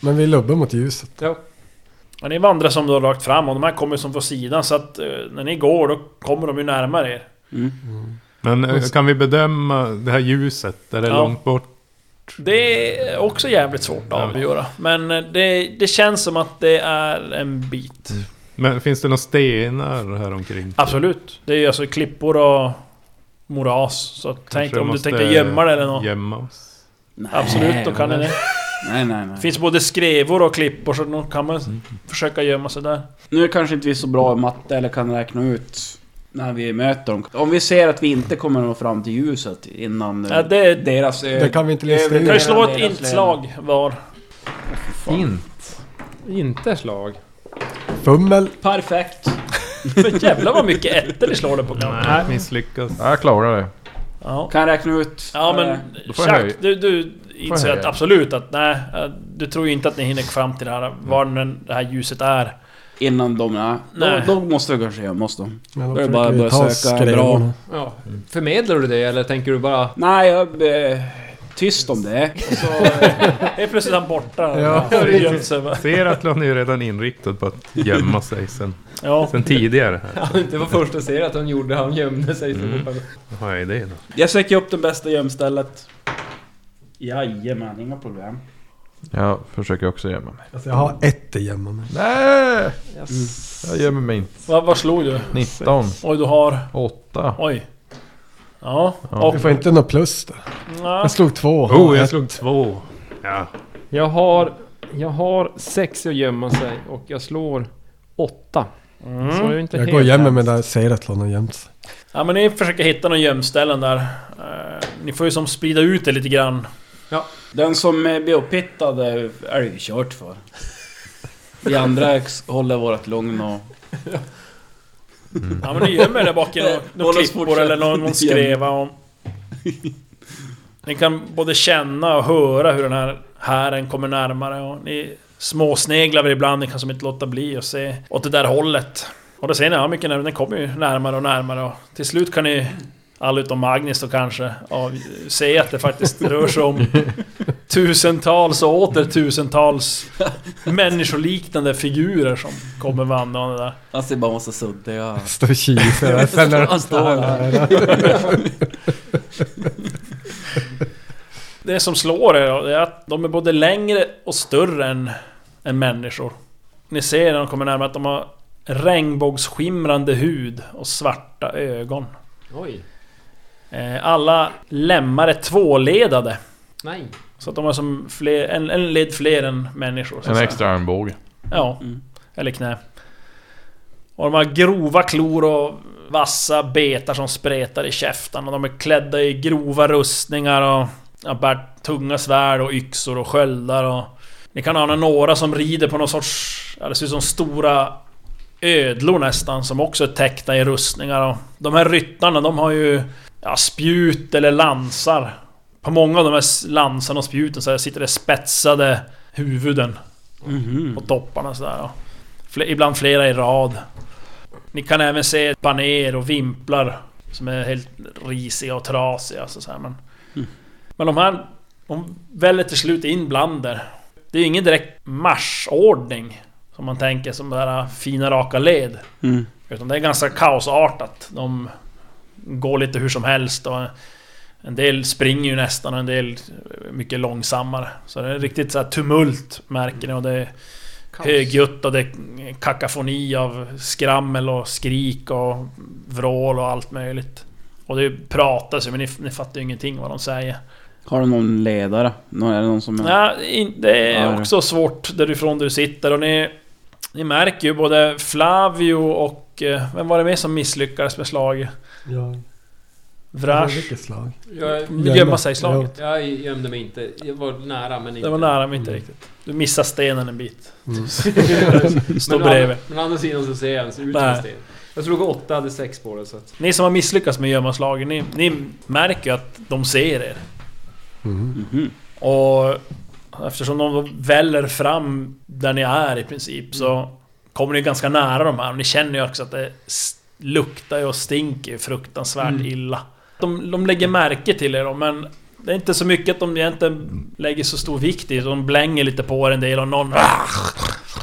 [SPEAKER 5] Men vi lubbar mot ljuset.
[SPEAKER 2] Ja, ni vandrar som då rakt fram och de här kommer som från sidan så att eh, när ni går då kommer de ju närmare er.
[SPEAKER 3] Men eh, kan vi bedöma det här ljuset? Är det
[SPEAKER 2] Ja.
[SPEAKER 3] långt bort?
[SPEAKER 2] Det är också jävligt svårt att avgöra. Men eh, det, det känns som att det är en bit.
[SPEAKER 3] Men finns det några stenar här omkring?
[SPEAKER 2] Absolut. Det är ju alltså klippor och moras. Så tänk
[SPEAKER 3] Kanske
[SPEAKER 2] om du
[SPEAKER 3] måste
[SPEAKER 2] tänker gömma dig eller något.
[SPEAKER 3] Gömma oss.
[SPEAKER 4] Nej,
[SPEAKER 2] Absolut, då kan ni
[SPEAKER 4] nej.
[SPEAKER 2] det.
[SPEAKER 4] Nej, nej, nej.
[SPEAKER 2] Det finns både skrevor och klippor så nog kan man försöka gömma sig
[SPEAKER 3] Mm.
[SPEAKER 2] där.
[SPEAKER 4] Nu är kanske inte vi så bra i matte eller kan räkna ut när vi möter dem. Om vi ser att vi inte kommer nå fram till ljuset innan eh,
[SPEAKER 2] Ja, det, det
[SPEAKER 4] deras... eh,
[SPEAKER 5] Det kan vi inte lista
[SPEAKER 4] över-
[SPEAKER 2] kan ju
[SPEAKER 5] ut.
[SPEAKER 2] slå ett
[SPEAKER 4] Deras
[SPEAKER 2] inslag var.
[SPEAKER 6] In.
[SPEAKER 7] Inte slag.
[SPEAKER 5] Fummel.
[SPEAKER 4] Perfekt!
[SPEAKER 2] Jävlar vad mycket ettor ni slår det på kanten.
[SPEAKER 3] Nej, misslyckas.
[SPEAKER 6] Ja, jag klarar det.
[SPEAKER 2] Ja.
[SPEAKER 4] Kan jag räkna ut...
[SPEAKER 2] Ja
[SPEAKER 4] eh,
[SPEAKER 2] men
[SPEAKER 6] Då får jag höja.
[SPEAKER 2] Chuck, du, du inser
[SPEAKER 6] höja.
[SPEAKER 2] att absolut att nej, eh, du tror ju inte att ni hinner fram till det här, var den, det här ljuset är.
[SPEAKER 4] Innan de... Nej.
[SPEAKER 2] Nej.
[SPEAKER 4] Då, då måste vi kanske gömma oss då.
[SPEAKER 5] Men
[SPEAKER 4] Då är det bara att
[SPEAKER 5] försöker vi
[SPEAKER 4] börja
[SPEAKER 5] ta
[SPEAKER 4] söka
[SPEAKER 5] skrevorna.
[SPEAKER 4] bra.
[SPEAKER 7] Ja. Förmedlar du det eller tänker du bara...
[SPEAKER 4] Nej, jag... Eh, tyst om det.
[SPEAKER 2] Helt plötsligt är han borta.
[SPEAKER 5] Ja,
[SPEAKER 2] Han har gömt sig.
[SPEAKER 3] Ser att Lon är redan inriktad på att gömma sig sen,
[SPEAKER 2] ja.
[SPEAKER 3] sen tidigare. Här.
[SPEAKER 7] det var första serien att han gjorde. Han gömde sig. Mm.
[SPEAKER 3] Vad har jag i det då?
[SPEAKER 4] Jag söker upp det bästa gömstället. Jajamän, inga problem.
[SPEAKER 6] Jag försöker också gömma mig.
[SPEAKER 5] Alltså, jag har ett i gömma mig.
[SPEAKER 6] Nej! Jag gömmer mig inte.
[SPEAKER 2] Vad, vad slog du?
[SPEAKER 6] 19.
[SPEAKER 2] Oj du har...
[SPEAKER 6] 8.
[SPEAKER 2] Oj. Ja.
[SPEAKER 6] Ja.
[SPEAKER 2] Och...
[SPEAKER 5] Jag får inte något plus där.
[SPEAKER 2] Ja.
[SPEAKER 5] Jag slog två.
[SPEAKER 3] Oh, jag slog två. Ja.
[SPEAKER 7] Jag har... Jag har sex i att gömma sig och jag slår åtta.
[SPEAKER 2] Mm.
[SPEAKER 7] Så jag är inte
[SPEAKER 5] Jag
[SPEAKER 7] helt
[SPEAKER 5] går och gömmer
[SPEAKER 7] rätt.
[SPEAKER 5] mig där jag ser att någon har gömt sig.
[SPEAKER 2] ja men ni försöker hitta någon gömställen där. Eh, Ni får ju som sprida ut det lite grann.
[SPEAKER 4] Den som eh, blir upphittad eh, är det ju kört för. Vi andra ex- håller vårt lugn och...
[SPEAKER 2] Ja men du gömmer där bak i nå- någon
[SPEAKER 4] Bollens
[SPEAKER 2] klippor
[SPEAKER 4] fortsätt.
[SPEAKER 2] eller någon, någon skreva om... Ni kan både känna och höra hur den här hären kommer närmare och ni småsneglar väl ibland, ni kan som inte låta bli och se åt det där hållet. Och då ser ni, ja mycket närmare, den kommer ju närmare och närmare och till slut kan ni alla utom Magnus då kanske av, se att det faktiskt rör sig om tusentals och åter tusentals människoliknande figurer som kommer vandrande där.
[SPEAKER 4] Han ser bara massa suddiga...
[SPEAKER 5] Står och kisar. Sen är
[SPEAKER 4] Han står där.
[SPEAKER 2] Det som slår er då, det är att de är både längre och större än, än människor. Ni ser när de kommer närmare att de har regnbågsskimrande hud och svarta ögon.
[SPEAKER 7] Oj.
[SPEAKER 2] Eh, Alla lemmar är tvåledade.
[SPEAKER 7] Nej.
[SPEAKER 2] Så att de har som fler, en, en led fler än människor. så att
[SPEAKER 6] En
[SPEAKER 2] säga.
[SPEAKER 6] extra armbåge.
[SPEAKER 2] Ja,
[SPEAKER 4] Mm.
[SPEAKER 2] eller knä. Och de har grova klor och vassa betar som spretar i käften. Och de är klädda i grova rustningar och ja, bär tunga svärd och yxor och sköldar och... Ni kan ana några som rider på någon sorts... Ja, det ser ut som stora ödlor nästan som också är täckta i rustningar och... De här ryttarna de har ju... Ja, spjut eller lansar. På många av de här s- lansarna och spjuten så här sitter det spetsade huvuden
[SPEAKER 4] Mhm.
[SPEAKER 2] på topparna sådär. ja. Fle- ibland flera i rad. Ni kan även se baner och vimplar som är helt risiga och trasiga. Så så här, men, men de här, de väller till slut in bland er. Det är ju ingen direkt marschordning som man tänker som det här fina raka led.
[SPEAKER 4] Mm.
[SPEAKER 2] Utan det är ganska kaosartat. De går lite hur som helst och en del springer ju nästan och en del är mycket långsammare. Så det är riktigt så här tumult märker ni och det är högljutt och det är kakafoni av skrammel och skrik och vrål och allt möjligt. Och det pratas ju men ni, ni fattar ju ingenting vad de säger.
[SPEAKER 4] Har du någon ledare? Någon, är det någon som är...
[SPEAKER 2] Nej, in- det
[SPEAKER 4] Ja,
[SPEAKER 2] är
[SPEAKER 4] det-
[SPEAKER 2] också svårt därifrån du sitter och ni... Ni märker ju både Flavio och... eh, Vem var det mer som misslyckades med slaget?
[SPEAKER 5] Jag...
[SPEAKER 2] Vrash?
[SPEAKER 5] Vilket slag?
[SPEAKER 7] Jag,
[SPEAKER 2] Gömma sig i slaget.
[SPEAKER 7] jag gömde mig inte. Jag var nära men inte.
[SPEAKER 2] Det var nära men inte riktigt. Du missar stenen en bit. Står
[SPEAKER 7] men, å andra-
[SPEAKER 2] bredvid.
[SPEAKER 7] men å andra sidan så ser jag ens ut
[SPEAKER 2] Nej.
[SPEAKER 7] som sten. Jag slog åtta, hade sex på det så att...
[SPEAKER 2] Ni som har misslyckats med gömmaslagen, ni, ni märker ju att de ser er.
[SPEAKER 4] Mhm.
[SPEAKER 2] Och eftersom de då väller fram där ni är i princip så kommer ni ganska nära de här och ni känner ju också att det s- luktar ju och stinker ju fruktansvärt illa. De, de lägger märke till er då, men det är inte så mycket att de egentligen lägger så stor vikt i det. De blänger lite på er en del och någon...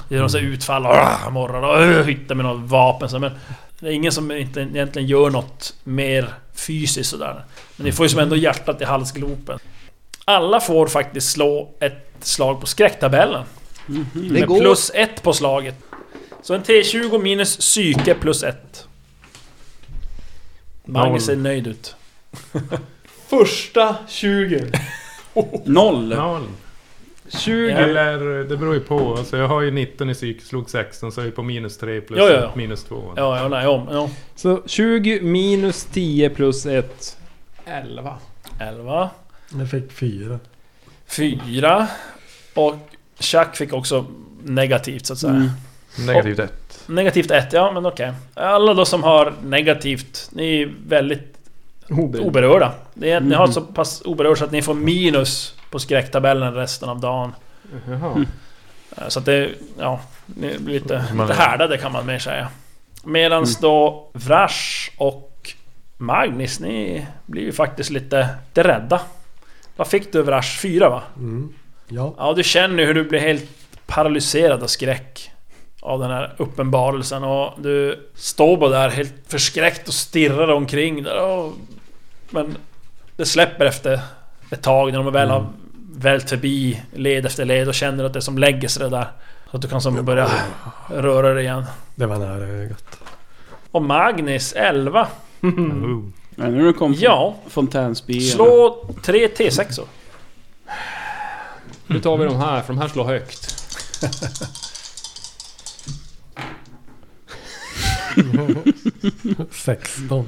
[SPEAKER 2] Gör de så här utfall och ah, morrar och hittar med något vapen så här, men... Det är ingen som inte egentligen gör något mer fysiskt sådär. Men ni får ju som ändå hjärtat i halsgropen. Alla får faktiskt slå ett slag på skräcktabellen. Med plus ett på slaget. Så en T20 minus psyke plus ett. Magnus ser nöjd ut. Första 20.
[SPEAKER 4] Noll!
[SPEAKER 3] Noll.
[SPEAKER 7] 20!
[SPEAKER 3] Eller, det beror ju på. Alltså, jag har ju 19 i psyk, slog 16 så jag är på minus 3 plus
[SPEAKER 2] Ja, ja, ja.
[SPEAKER 3] minus 2.
[SPEAKER 2] Ja, ja, nej, om. Ja.
[SPEAKER 7] Så 20 minus 10 plus 1. 11.
[SPEAKER 2] 11.
[SPEAKER 5] Jag fick fyra.
[SPEAKER 2] 4. Och Chuck fick också negativt så att säga.
[SPEAKER 4] Mm.
[SPEAKER 6] Negativt ett.
[SPEAKER 2] Negativt ett, ja men okej. Alla då som har negativt, ni är väldigt oberörda. Det är, Ni har
[SPEAKER 4] Mhm.
[SPEAKER 2] så pass oberörda så att ni får minus på skräcktabellen resten av dagen.
[SPEAKER 7] Jaha.
[SPEAKER 2] Eh, Så att det, ja, ni blir lite,
[SPEAKER 6] Man-
[SPEAKER 2] lite härdade kan man mer säga. Medans då Vrash och Magnus, ni blir ju faktiskt lite, lite rädda. Vad fick du Vrash? Fyra va?
[SPEAKER 5] Mm. Ja.
[SPEAKER 2] Ja, du känner ju hur du blir helt paralyserad av skräck. Av den här uppenbarelsen och du står bara där helt förskräckt och stirrar omkring där och, Men det släpper efter ett tag när de väl har vält förbi led efter led och känner att det som lägger sig det där. Så att du kan som börja röra dig igen.
[SPEAKER 5] Det var nära ögat.
[SPEAKER 2] Och Magnus 11.
[SPEAKER 4] Men nu har du kommit
[SPEAKER 2] Ja,
[SPEAKER 4] Fontänsby.
[SPEAKER 2] slå 3 T6
[SPEAKER 7] Nu tar vi de här, för de här slår högt.
[SPEAKER 5] Sexton.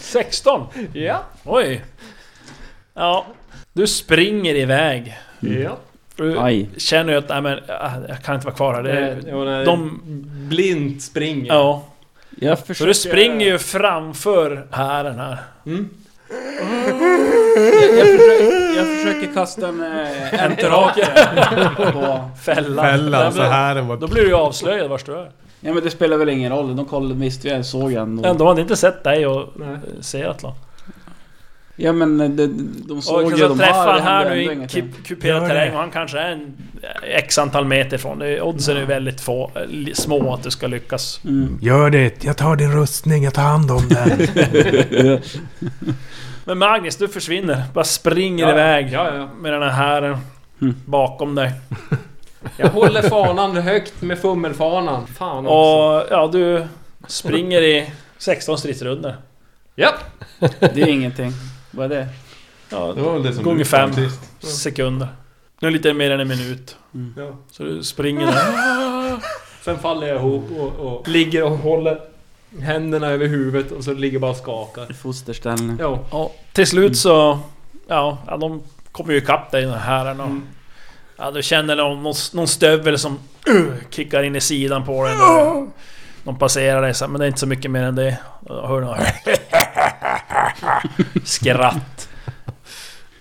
[SPEAKER 2] 16?
[SPEAKER 7] Ja.
[SPEAKER 2] Oj! Ja, du springer iväg.
[SPEAKER 7] Ja.
[SPEAKER 2] Du-
[SPEAKER 4] Aj.
[SPEAKER 2] känner ju
[SPEAKER 7] Eh,
[SPEAKER 2] att nej, men, äh, jag kan inte vara kvar här. Det,
[SPEAKER 7] Det, och när
[SPEAKER 2] de,
[SPEAKER 7] blint springer.
[SPEAKER 2] ja,
[SPEAKER 4] Jag
[SPEAKER 2] Så du springer ju framför hären här.
[SPEAKER 4] Jag, försöker, jag försöker kasta en eh, enterhaker på...
[SPEAKER 2] Fällan.
[SPEAKER 5] Fällan
[SPEAKER 2] Där
[SPEAKER 5] så
[SPEAKER 2] blir-
[SPEAKER 5] här den
[SPEAKER 2] Då
[SPEAKER 5] var...
[SPEAKER 2] blir du ju avslöjad vars du är.
[SPEAKER 4] Ja men det spelar väl ingen roll, de kollade, visste ju, jag såg jag ändå.
[SPEAKER 2] De hade inte sett dig och eh, Seatlan.
[SPEAKER 4] Ja men eh, de, de
[SPEAKER 2] Och
[SPEAKER 4] såg ju,
[SPEAKER 2] kanske
[SPEAKER 4] de
[SPEAKER 2] träffar
[SPEAKER 4] hör,
[SPEAKER 2] han
[SPEAKER 4] det
[SPEAKER 2] här
[SPEAKER 4] hände
[SPEAKER 2] nu
[SPEAKER 4] ändå
[SPEAKER 2] i
[SPEAKER 4] ingenting.
[SPEAKER 2] kup- kuperad terräng och han kanske är en eh, x antal meter från dig. Oddsen är ju väldigt få, eh, li- små att du ska lyckas.
[SPEAKER 4] Mm.
[SPEAKER 5] Gör det! Jag tar din rustning, jag tar hand om den.
[SPEAKER 2] Men Magnus, du försvinner. Bara springer iväg
[SPEAKER 7] Ja, ja.
[SPEAKER 2] med den här hären
[SPEAKER 4] Mm.
[SPEAKER 2] bakom dig.
[SPEAKER 7] Jag håller fanan högt med fummelfanan. Fan också.
[SPEAKER 2] Och ja, du springer i 16 stridsrundor.
[SPEAKER 7] Ja.
[SPEAKER 4] Det är ingenting. Vad är det?
[SPEAKER 2] Ja,
[SPEAKER 6] Det var väl det som
[SPEAKER 2] gånger
[SPEAKER 6] du-
[SPEAKER 2] fem
[SPEAKER 6] sist.
[SPEAKER 2] sekunder. Nu lite mer än en minut.
[SPEAKER 4] Mm.
[SPEAKER 7] Ja.
[SPEAKER 2] Så du springer där.
[SPEAKER 7] Sen faller jag ihop och, och ligger och håller händerna över huvudet och så ligger bara och skakar.
[SPEAKER 4] Fosterställning.
[SPEAKER 7] Ja.
[SPEAKER 2] Och till slut så... Ja, ja de kommer ju ikapp dig den här och, Ja, du känner någon, någon- någon stövel som uh, kickar in i sidan på dig. Och De passerar dig så här, men det är inte så mycket mer än det. Och hör några skratt.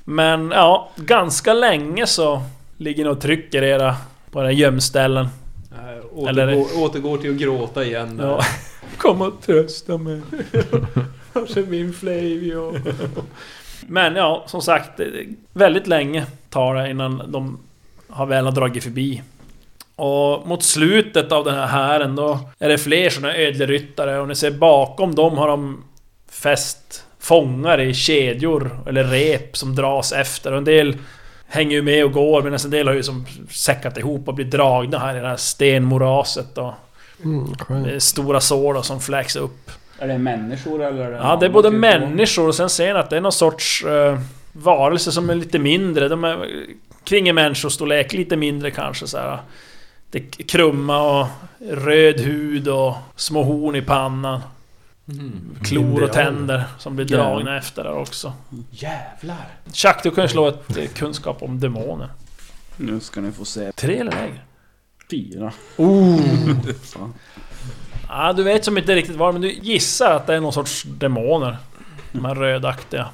[SPEAKER 2] Men ja, ganska länge så ligger ni och trycker era på era gömställen.
[SPEAKER 7] Eh, Återgår,
[SPEAKER 2] Eller-
[SPEAKER 7] återgår till att gråta igen. där.
[SPEAKER 2] Ja. Kom och trösta mig. Kanske min Flavio. Men ja, som sagt. det- Väldigt länge tar det innan de har väl har dragit förbi. Och mot slutet av den här hären då är det fler såna ödleryttare och ni ser bakom dem har de fäst fångar i kedjor eller rep som dras efter. Och en del hänger ju med och går medan en del har ju som säckat ihop och blivit dragna här i det här stenmoraset. Och
[SPEAKER 5] Mm,
[SPEAKER 2] det är Eh, stora sår då, som fläks upp.
[SPEAKER 4] Är det människor eller? är
[SPEAKER 2] Ja, det är både människor och sen ser ni att det är någon sorts eh, varelse som är lite mindre. De är eh, kring en människostorlek, lite mindre kanske så här. Det är krumma och röd hud och små horn i pannan. Mm. Klor och tänder som blir dragna efter där också.
[SPEAKER 4] Jävlar!
[SPEAKER 2] Chuck, du kan ju slå ett eh, kunskap om demoner.
[SPEAKER 4] Nu ska ni få se.
[SPEAKER 2] Tre eller lägre?
[SPEAKER 4] Fyra.
[SPEAKER 2] Ja, du vet som inte riktigt vad men du gissar att det är någon sorts demoner. De här rödaktiga.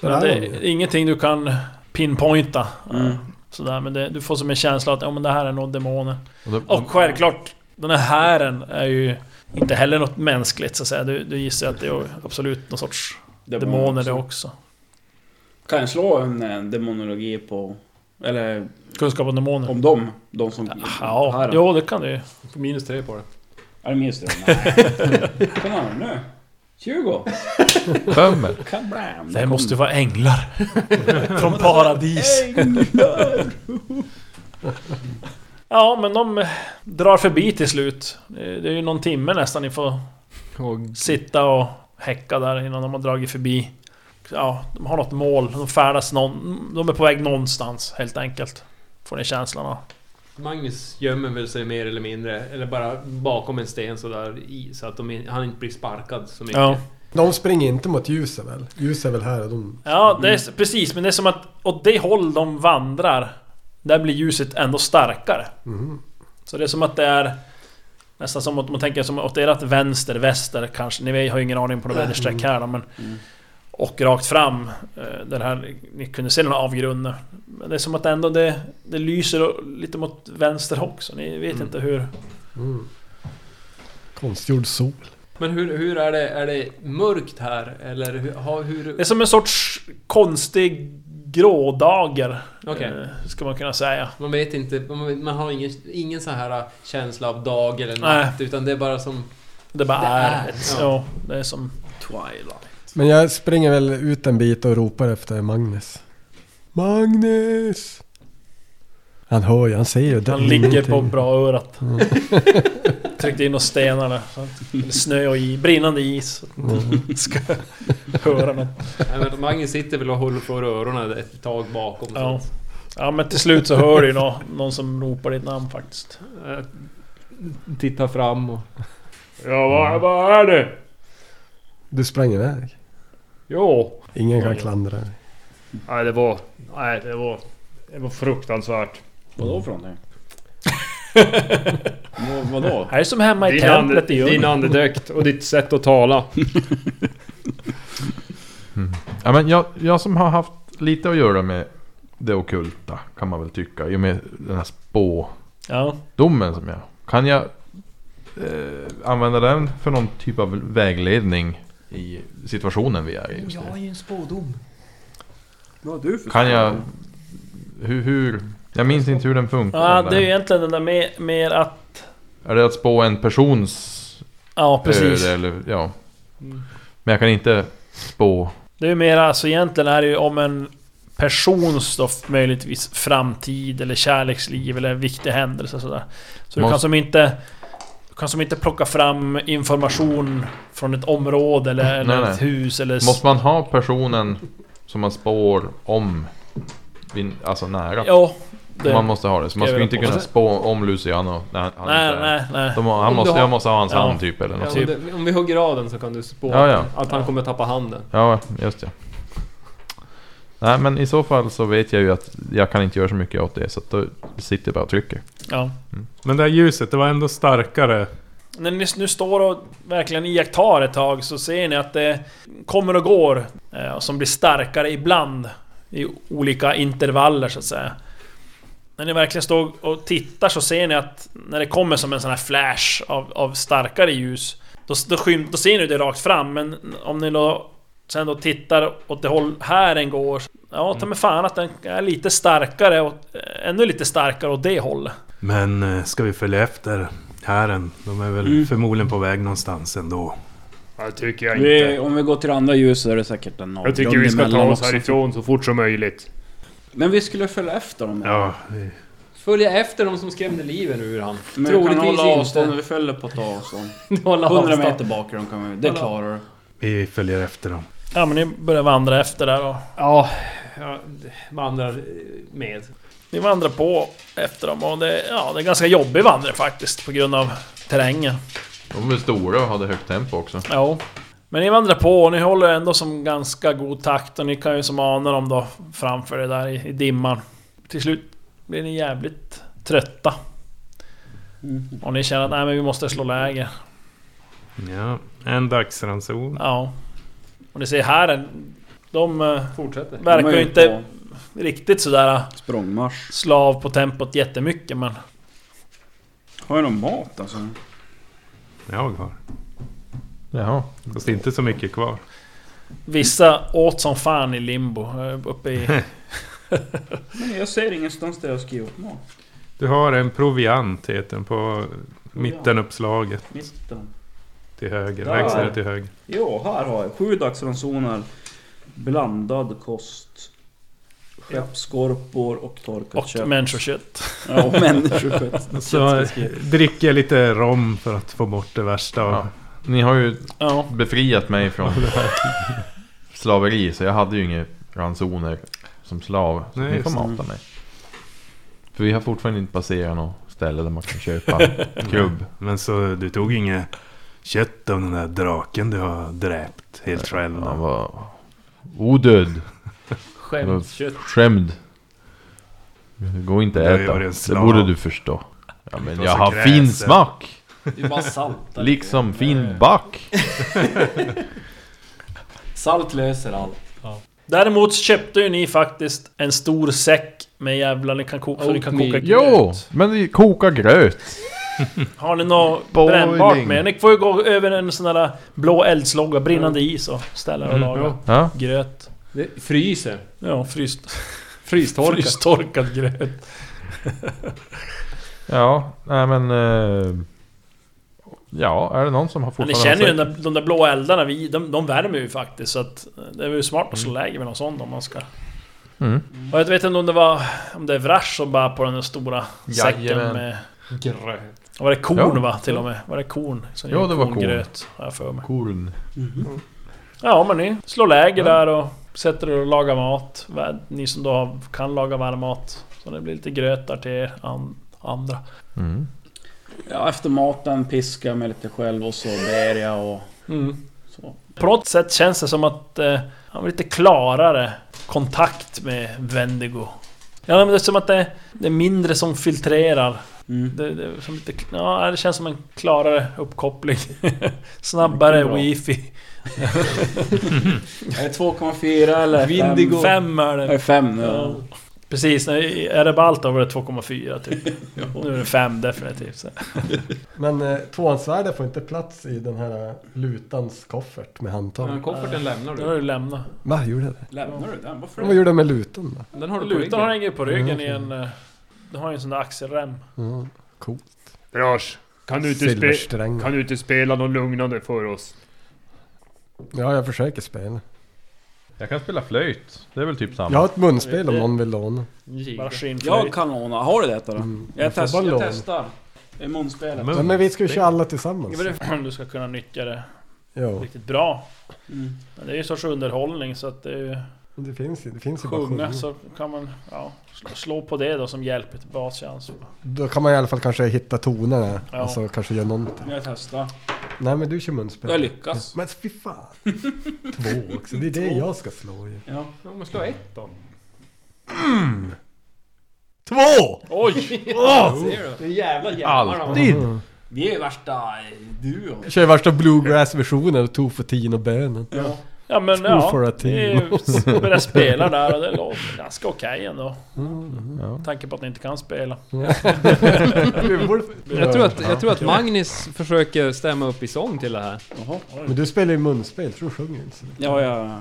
[SPEAKER 2] Men det är ingenting du kan pinpointa.
[SPEAKER 4] Mm.
[SPEAKER 2] eh, Sådär, men det, du får som en känsla att ja, men det här är nog demoner.
[SPEAKER 6] Och då-
[SPEAKER 2] Och självklart, den här hären är ju inte heller något mänskligt så att säga. Du, du gissar att det är absolut någon sorts demoner det också.
[SPEAKER 4] Kan jag slå en eh, demonologi på... Eller
[SPEAKER 2] Kunskap om demoner.
[SPEAKER 4] om dem? De som...
[SPEAKER 2] Mm. Ja,
[SPEAKER 4] här.
[SPEAKER 2] jo det kan du ju.
[SPEAKER 7] Du får minus tre på det.
[SPEAKER 4] Är det minst det? Nej. Kom igen nu. 20.
[SPEAKER 6] Fem.
[SPEAKER 4] Kablam.
[SPEAKER 2] Det här måste ju vara änglar. Från paradis. Ja, men de eh, drar förbi till slut. Eh, Det är ju någon timme nästan ni får sitta och häcka där innan de har dragit förbi. Ja, de har något mål. De färdas någon... De är på väg någonstans helt enkelt. Får ni känslan av.
[SPEAKER 7] Magnus gömmer väl sig mer eller mindre, eller bara bakom en sten sådär i, så att de, in- han inte blir sparkad så mycket.
[SPEAKER 2] Ja.
[SPEAKER 5] De springer inte mot ljuset väl? Ljus är väl här och de...
[SPEAKER 2] Ja, det är, s- precis. Men det är som att åt det håll de vandrar, där blir ljuset ändå starkare.
[SPEAKER 5] Mhm.
[SPEAKER 2] Så det är som att det är nästan som att man tänker som åt ert vänster, väster kanske. Ni har ju ingen aning på några väderstreck här då, men... Och rakt fram, eh, den här, ni kunde se den här avgrunden. Men det är som att ändå det, det lyser och- lite mot vänster också. Ni vet inte hur...
[SPEAKER 5] Konstgjord sol.
[SPEAKER 7] Men hur, hur är det? Är det mörkt här? Eller hur? ha- hur
[SPEAKER 2] Det är som en sorts konstig grådager.
[SPEAKER 7] Okej.
[SPEAKER 2] eh, Ska man kunna säga.
[SPEAKER 7] man vet inte, man, man har ingen, ingen sån här äh, känsla av dag eller
[SPEAKER 2] Nej.
[SPEAKER 7] natt, utan det är bara som...
[SPEAKER 2] Det bara
[SPEAKER 7] Det
[SPEAKER 2] är...
[SPEAKER 7] är,
[SPEAKER 2] ett,
[SPEAKER 7] ja.
[SPEAKER 2] ja, det är som...
[SPEAKER 4] Twilight.
[SPEAKER 5] Men jag springer väl ut en bit och ropar efter Magnus. Magnus! Han hör ju, han ser ju. det-
[SPEAKER 2] Han ligger på
[SPEAKER 5] ingenting.
[SPEAKER 2] bra örat. Tryckte in och stenar där. så att- Eller snö och i, brinnande is. Så att man inte ska höra något.
[SPEAKER 7] Nej, men Magnus sitter väl och håller för öronen ett tag bakom. så
[SPEAKER 2] Ja.
[SPEAKER 7] att-
[SPEAKER 2] ja men till slut så hör du ju nå- någon som ropar ditt namn faktiskt.
[SPEAKER 7] äh, Tittar fram och...
[SPEAKER 2] Ja vad, vad är det?
[SPEAKER 5] Du sprang iväg.
[SPEAKER 7] Jo!
[SPEAKER 5] Ingen kan
[SPEAKER 2] Oj.
[SPEAKER 5] klandra dig.
[SPEAKER 8] Nej, det var... Nej, det var... Det var fruktansvärt.
[SPEAKER 4] Vadå för någonting?
[SPEAKER 8] Vad- Vadå?
[SPEAKER 2] Här är som hemma i
[SPEAKER 9] Din
[SPEAKER 2] templet
[SPEAKER 9] ande-
[SPEAKER 2] i djungeln.
[SPEAKER 7] Din andedräkt och ditt sätt att tala.
[SPEAKER 6] Ja, men jag, jag som har haft lite att göra med det okulta kan man väl tycka. I och med den här spådomen
[SPEAKER 2] Ja.
[SPEAKER 6] som jag... Kan jag eh, använda den för någon typ av vägledning i situationen vi är i just nu?
[SPEAKER 2] ju en spådom.
[SPEAKER 4] Vad har du för
[SPEAKER 6] Kan jag... Hur, hur... Jag minns inte hur den funkar.
[SPEAKER 2] Ja,
[SPEAKER 6] den
[SPEAKER 2] det är
[SPEAKER 6] där.
[SPEAKER 2] ju egentligen den där mer, mer att...
[SPEAKER 6] Är det att spå en persons
[SPEAKER 2] Ja, precis. Mm.
[SPEAKER 6] öde eller ja. Men jag kan inte spå.
[SPEAKER 2] Det är ju mer alltså egentligen är det ju om en persons då möjligtvis framtid eller kärleksliv eller en viktig händelse och sådär. Så du
[SPEAKER 6] Måste-
[SPEAKER 2] kan som inte... Du kan som inte plocka fram information från ett område eller, eller
[SPEAKER 6] Nej,
[SPEAKER 2] ett
[SPEAKER 6] nej.
[SPEAKER 2] hus eller... s-
[SPEAKER 6] Måste man ha personen som man spår om? vid- Alltså nära?
[SPEAKER 2] Ja, det...
[SPEAKER 6] Man måste ha det. Så man
[SPEAKER 2] Jag
[SPEAKER 6] skulle
[SPEAKER 2] vill
[SPEAKER 6] inte
[SPEAKER 2] på.
[SPEAKER 6] kunna
[SPEAKER 2] Och
[SPEAKER 6] spå om Luciano när han, han
[SPEAKER 2] nej,
[SPEAKER 6] inte är.
[SPEAKER 2] nej, nej.
[SPEAKER 6] De, har- han
[SPEAKER 7] Om du
[SPEAKER 6] måste,
[SPEAKER 7] har-
[SPEAKER 6] jag måste ha hans
[SPEAKER 2] ja.
[SPEAKER 6] hand typ eller
[SPEAKER 7] Ja,
[SPEAKER 6] något.
[SPEAKER 7] om
[SPEAKER 6] Ja,
[SPEAKER 7] det- om vi hugger av den så kan du spå
[SPEAKER 6] Ja, ja.
[SPEAKER 7] att han kommer tappa handen.
[SPEAKER 6] ja, just det. Nej men i så fall så vet jag ju att jag kan inte göra så mycket åt det så att då sitter jag bara och trycker.
[SPEAKER 2] Ja.
[SPEAKER 3] Men det här ljuset, det var ändå starkare.
[SPEAKER 2] När ni nu står och verkligen iakttar ett tag så ser ni att det kommer och går. eh, och Som blir starkare ibland. I olika intervaller så att säga. När ni verkligen står och tittar så ser ni att när det kommer som en sån här flash av, av starkare ljus. Då, då, skym, då ser ni det rakt fram men om ni då sen då tittar åt det håll här den går. Ja,
[SPEAKER 7] Mm.
[SPEAKER 2] ta mig fan att den är lite starkare och eh, ännu lite starkare åt det hållet.
[SPEAKER 10] Men eh, ska vi följa efter hären? De är väl
[SPEAKER 2] Mm.
[SPEAKER 10] förmodligen på väg någonstans ändå.
[SPEAKER 9] Det tycker jag
[SPEAKER 4] vi,
[SPEAKER 9] inte.
[SPEAKER 4] om vi går till det andra ljuset så är det säkert en
[SPEAKER 9] Jag tycker
[SPEAKER 4] avgrund
[SPEAKER 9] vi ska ta
[SPEAKER 4] emellan
[SPEAKER 9] oss
[SPEAKER 4] också.
[SPEAKER 9] härifrån så fort som möjligt.
[SPEAKER 4] Men vi skulle följa efter dem.
[SPEAKER 10] Ja, vi-
[SPEAKER 7] Följa efter de som skrämde livet ur han.
[SPEAKER 4] Men vi kan
[SPEAKER 7] Troligtvis
[SPEAKER 4] hålla avstånd,
[SPEAKER 7] inte.
[SPEAKER 4] vi följer på att ta avstånd.
[SPEAKER 7] Hålla
[SPEAKER 4] 100
[SPEAKER 7] avstånd.
[SPEAKER 4] meter bakifrån kan vi, det
[SPEAKER 7] Hålla-
[SPEAKER 4] klarar du.
[SPEAKER 10] vi följer efter dem.
[SPEAKER 2] Ja men ni börjar vandra efter där och
[SPEAKER 7] Ja, jag vandrar eh, med.
[SPEAKER 2] Ni vandrar på efter dem och det, ja, det är ganska jobbig vandring faktiskt på grund av terrängen.
[SPEAKER 6] De är stora och hade högt tempo också.
[SPEAKER 2] Jo. Men ni vandrar på och ni håller ändå som ganska god takt och ni kan ju som ana dem då framför er där i, i dimman. Till slut blir ni jävligt trötta.
[SPEAKER 7] Mm.
[SPEAKER 2] Och ni känner att nej men vi måste slå läger.
[SPEAKER 3] Ja, en dagsranson.
[SPEAKER 2] Ja. Och ni ser här en- de eh,
[SPEAKER 7] Fortsätter.
[SPEAKER 2] verkar
[SPEAKER 4] De är
[SPEAKER 2] ju
[SPEAKER 4] ju
[SPEAKER 2] inte riktigt eh, sådär
[SPEAKER 4] på Språngmarsch.
[SPEAKER 2] slav på tempot jättemycket men...
[SPEAKER 4] Har jag någon mat alltså?
[SPEAKER 3] Jag har.
[SPEAKER 6] Jaha.
[SPEAKER 3] Fast inte så mycket kvar.
[SPEAKER 2] Vissa åt som fan i limbo eh, uppe i...
[SPEAKER 4] Men jag ser ingenstans där jag skriver upp mat.
[SPEAKER 3] Du har en proviant heter den på mittenuppslaget
[SPEAKER 4] Mitten.
[SPEAKER 3] till höger.
[SPEAKER 4] Där.
[SPEAKER 3] Längst ner till höger.
[SPEAKER 4] Jo, här har jag. Sju dagsransoner. Blandad kost. Skeppsskorpor och torkat
[SPEAKER 2] Och
[SPEAKER 4] kött.
[SPEAKER 2] människokött.
[SPEAKER 4] Ja, och människokött. Kött
[SPEAKER 3] Så
[SPEAKER 4] ska
[SPEAKER 10] eh,
[SPEAKER 4] skrivas.
[SPEAKER 3] dricker jag lite rom för att få bort det värsta av
[SPEAKER 6] Ja. Ni har ju
[SPEAKER 2] Ja.
[SPEAKER 6] befriat mig från slaveri så jag hade ju inga ransoner som slav. Så
[SPEAKER 3] Nej,
[SPEAKER 6] ni får
[SPEAKER 3] just
[SPEAKER 6] mata mig. För vi har fortfarande inte passerat något ställe där man kan köpa krubb.
[SPEAKER 10] Men så du tog inget kött av den där draken du har dräpt helt själv?
[SPEAKER 6] Han var odöd,
[SPEAKER 7] Skämtkött.
[SPEAKER 6] skämd. Det går inte
[SPEAKER 10] Du har
[SPEAKER 6] att
[SPEAKER 10] ju
[SPEAKER 6] äta.
[SPEAKER 10] varit en
[SPEAKER 6] Det
[SPEAKER 10] slav.
[SPEAKER 6] borde du förstå. Ja, men
[SPEAKER 10] var
[SPEAKER 6] jag
[SPEAKER 10] så
[SPEAKER 6] har
[SPEAKER 10] kräsen.
[SPEAKER 6] fin smak!
[SPEAKER 4] Det är bara salt. där.
[SPEAKER 6] Liksom fin back!
[SPEAKER 4] Salt löser allt.
[SPEAKER 2] Däremot köpte ju ni faktiskt en stor säck med jävlar ni kan koka, så ni kan koka
[SPEAKER 7] Oatmeal.
[SPEAKER 6] Jo!
[SPEAKER 2] gröt.
[SPEAKER 6] Men vi kokar gröt!
[SPEAKER 2] Har ni något
[SPEAKER 6] Boiling.
[SPEAKER 2] brännbart med? Ni får ju gå över en sån där blå eldslåga, brinnande is och ställa er och laga
[SPEAKER 7] Ja.
[SPEAKER 6] Ja,
[SPEAKER 2] gröt.
[SPEAKER 7] Det fryser.
[SPEAKER 2] Ja, fryst,
[SPEAKER 7] Frystorkar.
[SPEAKER 2] frystorkad gröt.
[SPEAKER 6] ja nej men... eh, ja, är det någon som har
[SPEAKER 2] Men ni
[SPEAKER 6] fortfarande...
[SPEAKER 2] känner ju den
[SPEAKER 6] har
[SPEAKER 2] där, de där blå eldarna, vi, de, de värmer ju faktiskt. Så att eh, det är väl smart att slå läger med någon sån om man ska...
[SPEAKER 6] Mm.
[SPEAKER 2] Och jag vet inte om det var... Om det är Vrash som bara på den där stora säcken
[SPEAKER 6] Jajamän.
[SPEAKER 2] med...
[SPEAKER 7] Gröt.
[SPEAKER 2] Och Var det korn
[SPEAKER 6] Ja.
[SPEAKER 2] va? Till och med? Var det korn? Som
[SPEAKER 6] Ja,
[SPEAKER 2] gjorde
[SPEAKER 6] det var korn.
[SPEAKER 2] korngröt, har jag för mig.
[SPEAKER 6] sagt? Korn.
[SPEAKER 2] Ja men ni slår läger där och sätter er och lagar mat. Vä- Ni som då kan laga varm mat. Så det blir lite gröt där till er an- andra.
[SPEAKER 6] Mm.
[SPEAKER 4] Ja, efter maten piskar jag mig lite själv och så ber jag och så.
[SPEAKER 2] Mm. På något sätt känns det som att eh, han var lite klarare kontakt med Vendigo. Ja men det är som att det, det är mindre som filtrerar
[SPEAKER 4] Mm.
[SPEAKER 2] Det, det, är som lite, ja, det känns som en klarare uppkoppling. Snabbare
[SPEAKER 9] Bra.
[SPEAKER 2] wifi.
[SPEAKER 4] Är det 2,4 eller
[SPEAKER 2] Vindigo.
[SPEAKER 4] 5?
[SPEAKER 2] Fem är
[SPEAKER 4] Är det
[SPEAKER 2] det.
[SPEAKER 4] 5 nu?
[SPEAKER 2] Ja. Precis, när i Erebalta var det 2,4 typ. Nu är det 5 definitivt. Så.
[SPEAKER 5] Men eh, tvåans svärde får inte plats i den här eh, lutans koffert med handtag.
[SPEAKER 7] Men kofferten lämnar
[SPEAKER 2] Nu har
[SPEAKER 7] du.
[SPEAKER 2] du lämnat.
[SPEAKER 5] Va, gjorde det?
[SPEAKER 4] Lämnar du den? Varför
[SPEAKER 5] Vad gjorde den med lutan då?
[SPEAKER 7] Den har du på
[SPEAKER 2] Lutan
[SPEAKER 7] ryggen.
[SPEAKER 2] har hänger på ryggen i en... eh, Du har ju en sån där axelrem.
[SPEAKER 5] Ja, cool.
[SPEAKER 9] Lars, kan du, inte spe-
[SPEAKER 5] Silversträng.
[SPEAKER 9] kan du inte spela något lugnande för oss?
[SPEAKER 5] Ja, jag försöker spela.
[SPEAKER 6] Jag kan spela flöjt. Det är väl typ samma.
[SPEAKER 5] Jag har ett munspel om någon vill låna.
[SPEAKER 2] Bara
[SPEAKER 4] Jag
[SPEAKER 2] skinnflöjt.
[SPEAKER 4] kan ordna. Har du det då?
[SPEAKER 5] Mm.
[SPEAKER 4] Jag,
[SPEAKER 5] får
[SPEAKER 4] test,
[SPEAKER 5] bara
[SPEAKER 4] jag
[SPEAKER 5] låna.
[SPEAKER 4] testar. Det är munspelet.
[SPEAKER 5] Ja, men vi ska ju köra alla tillsammans.
[SPEAKER 2] Om du ska kunna nyttja det
[SPEAKER 5] Jo,
[SPEAKER 2] riktigt bra.
[SPEAKER 4] Mm.
[SPEAKER 2] Men det är ju en sorts underhållning så att det är ju...
[SPEAKER 5] det finns ju, det finns ju bara
[SPEAKER 2] Sjunga
[SPEAKER 5] sjunga.
[SPEAKER 2] så kan man ja, slå, slå på det då som hjälper till baschans.
[SPEAKER 5] Då kan man i alla fall kanske hitta tonerna.
[SPEAKER 2] Ja.
[SPEAKER 5] Alltså kanske göra någonting.
[SPEAKER 4] Jag testar.
[SPEAKER 5] Nej men du kör munspel.
[SPEAKER 4] Jag lyckas.
[SPEAKER 5] Men fy fan. Två också. Det är det jag ska slå ju.
[SPEAKER 4] Ja.
[SPEAKER 7] Ja, man slår ett då.
[SPEAKER 5] Två!
[SPEAKER 2] Oj!
[SPEAKER 7] Ser du? Det är jävla jävlar.
[SPEAKER 6] Oh! Alltid!
[SPEAKER 4] Vi är ju värsta eh, duon.
[SPEAKER 5] Jag kör ju värsta bluegrass-versionen av Tofotin och bönen.
[SPEAKER 4] Ja.
[SPEAKER 2] Ja men
[SPEAKER 5] Two
[SPEAKER 2] ja,
[SPEAKER 5] for a
[SPEAKER 2] det är ju- börjar spela där och det låter ganska okej ändå. Med tanke på att ni inte kan spela.
[SPEAKER 7] Jag tror, att, jag tror att Magnus försöker stämma upp i sång till det här.
[SPEAKER 4] Jaha.
[SPEAKER 5] Men du spelar ju munspel, tror du sjunger inte. så. Mm.
[SPEAKER 4] Ja, ja.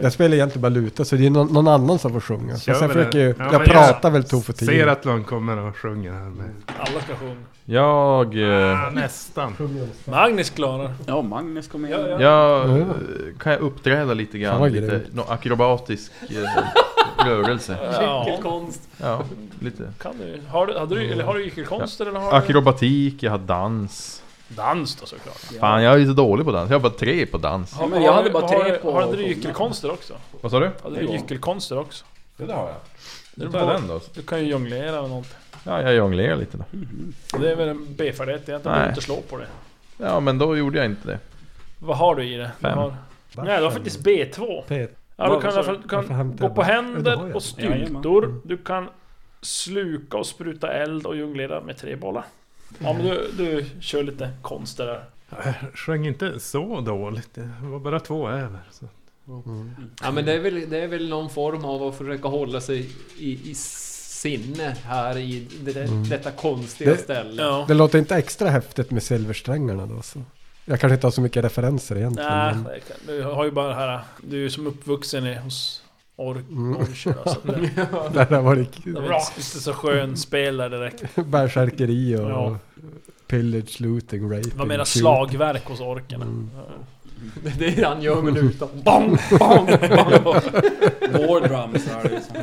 [SPEAKER 5] Jag spelar egentligen bara luta, så det är någon, någon annan som får sjunga. Fast
[SPEAKER 10] Kör
[SPEAKER 5] jag
[SPEAKER 10] vi det.
[SPEAKER 5] försöker ju...
[SPEAKER 10] Ja,
[SPEAKER 5] jag
[SPEAKER 10] men
[SPEAKER 5] pratar väl Tofotin.
[SPEAKER 10] Ser att någon kommer och sjunger här med.
[SPEAKER 2] Alla ska sjunga.
[SPEAKER 6] Jag... eh,
[SPEAKER 10] Ah, nästan.
[SPEAKER 2] Magnus klarar.
[SPEAKER 4] Ja, Magnus kom in.
[SPEAKER 6] Jag...
[SPEAKER 5] Ja.
[SPEAKER 6] eh, Kan jag uppträda lite
[SPEAKER 5] Fan,
[SPEAKER 6] grann?
[SPEAKER 5] vad
[SPEAKER 6] Lite,
[SPEAKER 5] grymt.
[SPEAKER 6] någon akrobatisk eh, rörelse.
[SPEAKER 2] Ja,
[SPEAKER 6] Ja, lite.
[SPEAKER 2] kan du. Har du, hade du, eller har du gyckelkonster eller har du...
[SPEAKER 6] Akrobatik, jag har dans.
[SPEAKER 2] Dans då såklart.
[SPEAKER 6] Fan, jag är ju så dålig på dans. Jag har bara tre på dans.
[SPEAKER 4] Ja, men jag hade
[SPEAKER 2] Har-
[SPEAKER 4] bara tre
[SPEAKER 2] har-
[SPEAKER 4] på...
[SPEAKER 2] Hade du gyckelkonster också?
[SPEAKER 6] Vad sa du?
[SPEAKER 2] Hade du gyckelkonster också?
[SPEAKER 6] Det har jag.
[SPEAKER 2] Det är
[SPEAKER 6] Då tar
[SPEAKER 2] bara-
[SPEAKER 6] jag den då.
[SPEAKER 2] Du kan ju jonglera och någonting.
[SPEAKER 6] Ja, jag jonglerar lite då.
[SPEAKER 2] Det är väl en B-färdighet egentligen, du behöver
[SPEAKER 6] Nej.
[SPEAKER 2] inte slå på det.
[SPEAKER 6] Ja, men då gjorde jag inte det.
[SPEAKER 2] Vad har du i det? Vad
[SPEAKER 6] Fem.
[SPEAKER 2] Har... Nej, du har faktiskt B2.
[SPEAKER 5] Pet.
[SPEAKER 2] Ja, du
[SPEAKER 4] Vad-
[SPEAKER 2] kan, i alla
[SPEAKER 4] vad sa
[SPEAKER 2] fall-
[SPEAKER 4] du?
[SPEAKER 2] du kan
[SPEAKER 5] Varför hämtar
[SPEAKER 2] gå
[SPEAKER 5] jag
[SPEAKER 2] på
[SPEAKER 5] bara- Ja, det har
[SPEAKER 2] händer
[SPEAKER 5] jag.
[SPEAKER 2] och styltor. Du kan sluka och spruta eld och jonglera med tre bollar. Ja men du, du kör lite konster där.
[SPEAKER 10] Jag sjöng inte så dåligt. Det var bara två över. Så.
[SPEAKER 7] Ja men det är, väl, det är väl någon form av att försöka hålla sig i, i sinne här i det, där- detta konstiga
[SPEAKER 5] Det-
[SPEAKER 7] ställe.
[SPEAKER 2] Ja.
[SPEAKER 5] Det låter inte extra häftigt med silversträngarna då så. Jag kanske inte har så mycket referenser egentligen.
[SPEAKER 2] Nej,
[SPEAKER 5] men-
[SPEAKER 2] det kan- du har ju bara det här... Du är ju som uppvuxen i, hos Ork.
[SPEAKER 5] Mm.
[SPEAKER 2] Orcher, alltså. Det,
[SPEAKER 5] Det där var det
[SPEAKER 2] det
[SPEAKER 5] kul.
[SPEAKER 2] var inte så skön spel där direkt.
[SPEAKER 5] Bärsärkeri och
[SPEAKER 2] Ja.
[SPEAKER 5] pillage, looting, rape.
[SPEAKER 2] Det var mera slagverk hos orkerna.
[SPEAKER 5] Mm.
[SPEAKER 7] Det- Det är han gör med lutan. Bang, bang, bang.
[SPEAKER 4] Boardrums är det liksom.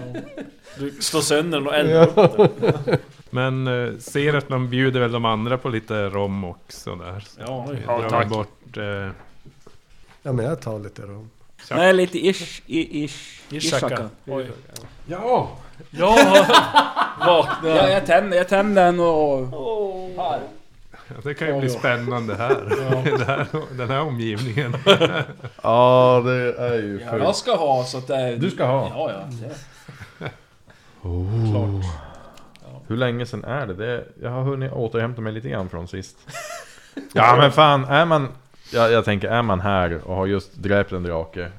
[SPEAKER 2] Du slår sönder den och eldar upp den.
[SPEAKER 10] Men eh, ser att man bjuder väl de andra på lite rom också där. Så
[SPEAKER 2] Ja,
[SPEAKER 10] vi
[SPEAKER 9] Ja,
[SPEAKER 10] drar
[SPEAKER 9] tack.
[SPEAKER 10] bort... Eh,
[SPEAKER 5] Ja men jag tar lite rom.
[SPEAKER 4] Nej, lite ish... i- ish...
[SPEAKER 2] Ishaka. Oj.
[SPEAKER 10] ja!
[SPEAKER 2] Ja! Vakna.
[SPEAKER 4] Ja, jag tänder, jag tänder den och...
[SPEAKER 10] Det kan ju bli spännande här. det här. Den här omgivningen.
[SPEAKER 6] Ja, det är ju
[SPEAKER 4] Ja, jag ska ha så att det är...
[SPEAKER 6] Du ska ha.
[SPEAKER 4] Ja, ja. det-
[SPEAKER 6] Hur länge sen är det? det? Jag har hunnit återhämta mig lite grann från sist. Ja, men fan, är man... Ja, jag tänker, är man här och har just dräpt en drake,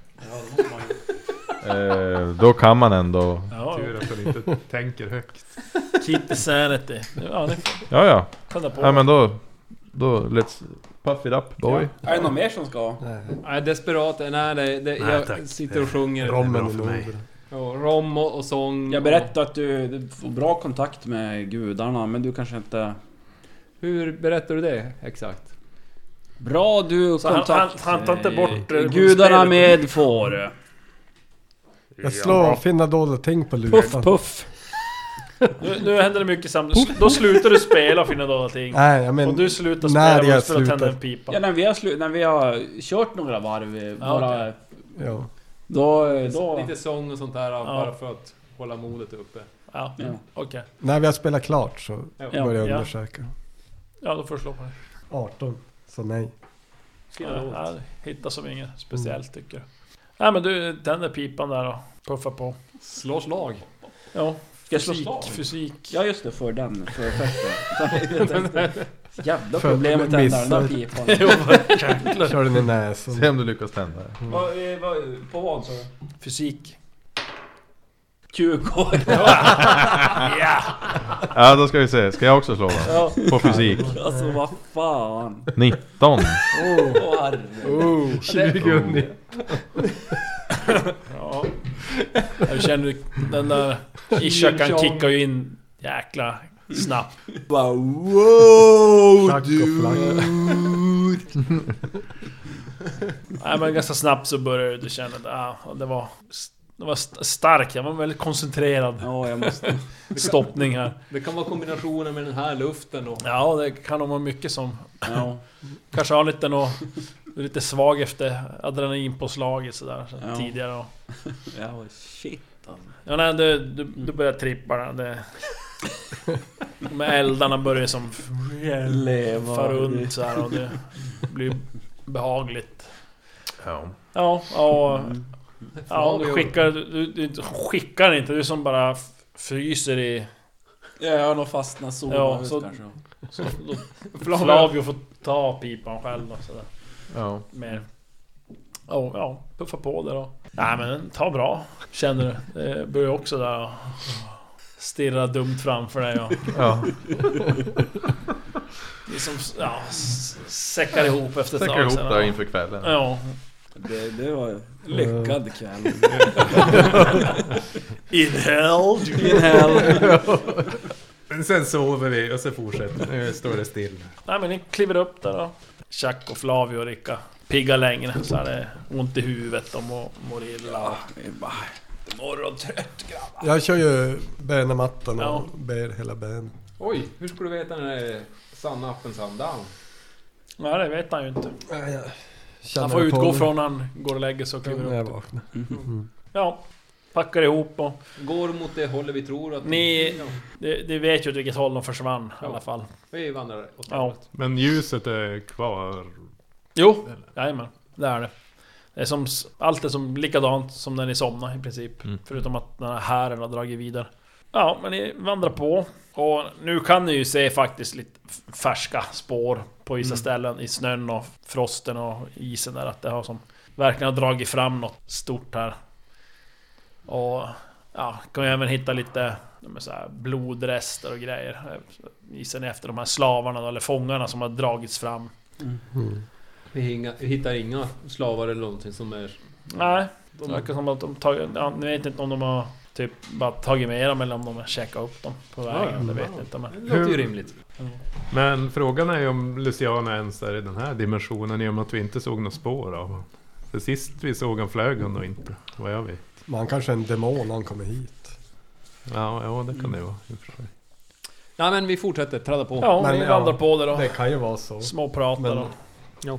[SPEAKER 6] eh, då kan man ändå...
[SPEAKER 2] Ja,
[SPEAKER 10] Tur att den inte tänker högt.
[SPEAKER 2] keep the sanity. Ja, ni
[SPEAKER 6] Ja, ja.
[SPEAKER 2] tänder på.
[SPEAKER 6] Ja, men då... Då, let's puff it up, boy.
[SPEAKER 4] Är det någon mer som ska ha?
[SPEAKER 7] Nej, desperat. Nej, det, det,
[SPEAKER 10] Nej,
[SPEAKER 7] jag
[SPEAKER 10] tack.
[SPEAKER 7] sitter och sjunger.
[SPEAKER 10] Rom.
[SPEAKER 5] Rommen
[SPEAKER 10] bra för
[SPEAKER 5] i
[SPEAKER 10] mig.
[SPEAKER 5] Norden.
[SPEAKER 7] Ja, rom och, och sång.
[SPEAKER 4] Jag berättade att du du får bra kontakt med gudarna, men du kanske inte...
[SPEAKER 7] och- Hur berättar du det exakt?
[SPEAKER 4] Bra du
[SPEAKER 2] Så han-
[SPEAKER 4] kontakt...
[SPEAKER 2] han- han tar inte bort, eh,
[SPEAKER 4] Gudarna
[SPEAKER 2] spelet.
[SPEAKER 4] med får du.
[SPEAKER 5] Jag slår finna dolda ting på lutan.
[SPEAKER 4] puff.
[SPEAKER 2] Nu, nu händer det mycket samtidigt. Då slutar du spela och finna dolda ting.
[SPEAKER 5] Nej jag men...
[SPEAKER 2] och du slutar
[SPEAKER 5] när
[SPEAKER 2] spela
[SPEAKER 5] jag
[SPEAKER 2] och slutar tända
[SPEAKER 5] slutar.
[SPEAKER 2] en pipa.
[SPEAKER 4] Ja, när vi har, slu- när vi har kört några varv, eh,
[SPEAKER 2] Ja,
[SPEAKER 4] bara,
[SPEAKER 2] okej.
[SPEAKER 5] Ja.
[SPEAKER 4] då... då
[SPEAKER 7] Lite sång och sånt där bara för att hålla modet uppe.
[SPEAKER 2] Ja,
[SPEAKER 4] Ja.
[SPEAKER 2] okej.
[SPEAKER 5] När vi har spelat klart så
[SPEAKER 4] Ja,
[SPEAKER 5] börjar jag
[SPEAKER 2] ja.
[SPEAKER 5] undersöka.
[SPEAKER 2] Ja, då får du slå på det.
[SPEAKER 5] 18. Så nej.
[SPEAKER 2] Ja, ja, hitta som inget speciellt tycker jag. Nej men du tänder pipan där och puffar på.
[SPEAKER 7] Slå slag.
[SPEAKER 2] Ja.
[SPEAKER 4] Ska jag slå slag?
[SPEAKER 2] fysik.
[SPEAKER 4] Ja just det, för den. För effekten. Jävla problem att tända den där
[SPEAKER 5] missar.
[SPEAKER 4] pipan.
[SPEAKER 5] Kör den i näsan.
[SPEAKER 6] Se om du lyckas tända det.
[SPEAKER 4] Vad- eh, vad- På vad sa du?
[SPEAKER 2] Fysik.
[SPEAKER 4] 20
[SPEAKER 6] Ja, då ska vi se. Ska jag också slå va?
[SPEAKER 4] Ja.
[SPEAKER 6] På fysik.
[SPEAKER 4] Alltså vad fan.
[SPEAKER 6] 19.
[SPEAKER 4] Åh herregud.
[SPEAKER 5] Oh, 20 och 19.
[SPEAKER 2] Ja. Jag känner ju- den där Ishakan kickar ju in jäkla snabbt.
[SPEAKER 4] Bara, Wow!
[SPEAKER 5] Tack och flack.
[SPEAKER 2] Nej, men ganska snabbt så började du känna att ah, det var... Det var st- stark, jag var väldigt koncentrerad
[SPEAKER 4] Ja, jag måste...
[SPEAKER 2] stoppning här.
[SPEAKER 7] Det kan vara kombinationen med den här luften och...
[SPEAKER 2] Ja, det kan nog vara mycket som...
[SPEAKER 4] Ja.
[SPEAKER 2] Kanske har lite nå... Du är lite svag efter adrenalinpåslaget sådär så
[SPEAKER 4] Ja.
[SPEAKER 2] tidigare. Och,
[SPEAKER 4] ja shit alltså.
[SPEAKER 2] ja, nej, du, du, du börjar trippa där. Det, de här eldarna börjar som...
[SPEAKER 4] Leva.
[SPEAKER 2] Far runt så här och det blir behagligt.
[SPEAKER 6] Ja.
[SPEAKER 2] Ja, och... Ja,
[SPEAKER 7] Flavio.
[SPEAKER 2] du skickar... Du, du, du skickar inte, du som bara f- fryser i...
[SPEAKER 4] Ja, jag har nog fastnat så.
[SPEAKER 2] Ja,
[SPEAKER 4] ut
[SPEAKER 2] så-
[SPEAKER 4] kanske.
[SPEAKER 2] Så, då, Flavio får ta pipan själv och sådär.
[SPEAKER 6] ja.
[SPEAKER 2] Mer. Ja, ja, puffa på det då. Nej men den tar bra, känner du. Det börjar också där och stirra dumt framför dig och
[SPEAKER 6] ja.
[SPEAKER 2] liksom... Ja, s- säckar ihop efter ett
[SPEAKER 6] Säkra
[SPEAKER 2] tag
[SPEAKER 6] ihop
[SPEAKER 2] sen.
[SPEAKER 6] där inför kvällen.
[SPEAKER 2] Ja.
[SPEAKER 4] Det, det var lyckad kväll.
[SPEAKER 2] Inhale.
[SPEAKER 4] In hell.
[SPEAKER 3] Men sen sover vi och så fortsätter Nu står det still.
[SPEAKER 2] Nej men ni kliver upp där då. Chuck och Flavio och Ricka. Pigga längre så här det är ont i huvudet och mår, mår illa.
[SPEAKER 4] Det är bara Morgontrött grabbar.
[SPEAKER 5] Jag kör ju bönemattan och
[SPEAKER 2] Ja.
[SPEAKER 5] ber hela bön.
[SPEAKER 7] Oj, hur skulle du veta när det är sanna up and sundown?
[SPEAKER 2] Nej det vet han ju inte.
[SPEAKER 5] Känner
[SPEAKER 2] Han får
[SPEAKER 5] det på
[SPEAKER 2] utgå
[SPEAKER 5] mig
[SPEAKER 2] från han går och lägger sig och kliver
[SPEAKER 5] När jag
[SPEAKER 2] upp.
[SPEAKER 5] vaknar. Mm.
[SPEAKER 2] Ja. Packar ihop och...
[SPEAKER 7] Går mot det hållet vi tror att...
[SPEAKER 2] Ni-
[SPEAKER 7] Ja,
[SPEAKER 2] Det, det vet ju åt vilket håll de försvann i alla fall.
[SPEAKER 7] vi vandrar åt det
[SPEAKER 2] Ja.
[SPEAKER 7] hållet.
[SPEAKER 3] Men ljuset är kvar.
[SPEAKER 2] Jo, jajamän. Det är det. Det är som, s- allt är som likadant som när ni somnar i princip.
[SPEAKER 6] Mm.
[SPEAKER 2] Förutom att den här hären har dragit vidare. Ja, men ni vandrar på. Och nu kan ni ju se faktiskt lite f- färska spår på vissa ställen i snön och frosten och isen där. Att det har som verkligen har dragit fram något stort här. Och ja, kan ju även hitta lite ja, men så här, blodrester och grejer. Gissar ni efter de här slavarna då, eller fångarna som har dragits fram.
[SPEAKER 5] Mm.
[SPEAKER 7] Vi hinga- vi hittar inga slavar eller någonting som är...
[SPEAKER 2] Nej, de verkar som att de tagit... Ja, ni vet inte om de har typ bara tagit med dem eller om de har käkat upp dem på vägen. det vet jag inte. Men...
[SPEAKER 7] Det låter ju
[SPEAKER 3] Hur-
[SPEAKER 7] rimligt.
[SPEAKER 3] Men frågan är ju om Luciana ens är i den här dimensionen i och med att vi inte såg några spår av honom. För sist vi såg han flög han nog inte, vad jag vet.
[SPEAKER 5] Men han kanske är en demon när han kommer hit.
[SPEAKER 3] Ja, ja det kan det vara i och för sig.
[SPEAKER 7] Nej men vi fortsätter, träda på.
[SPEAKER 2] Ja,
[SPEAKER 5] Men,
[SPEAKER 2] ni
[SPEAKER 5] ja.
[SPEAKER 2] vandrar på det då.
[SPEAKER 5] Det kan ju vara så.
[SPEAKER 2] Småpratar
[SPEAKER 5] Men-
[SPEAKER 2] och...
[SPEAKER 7] Ja.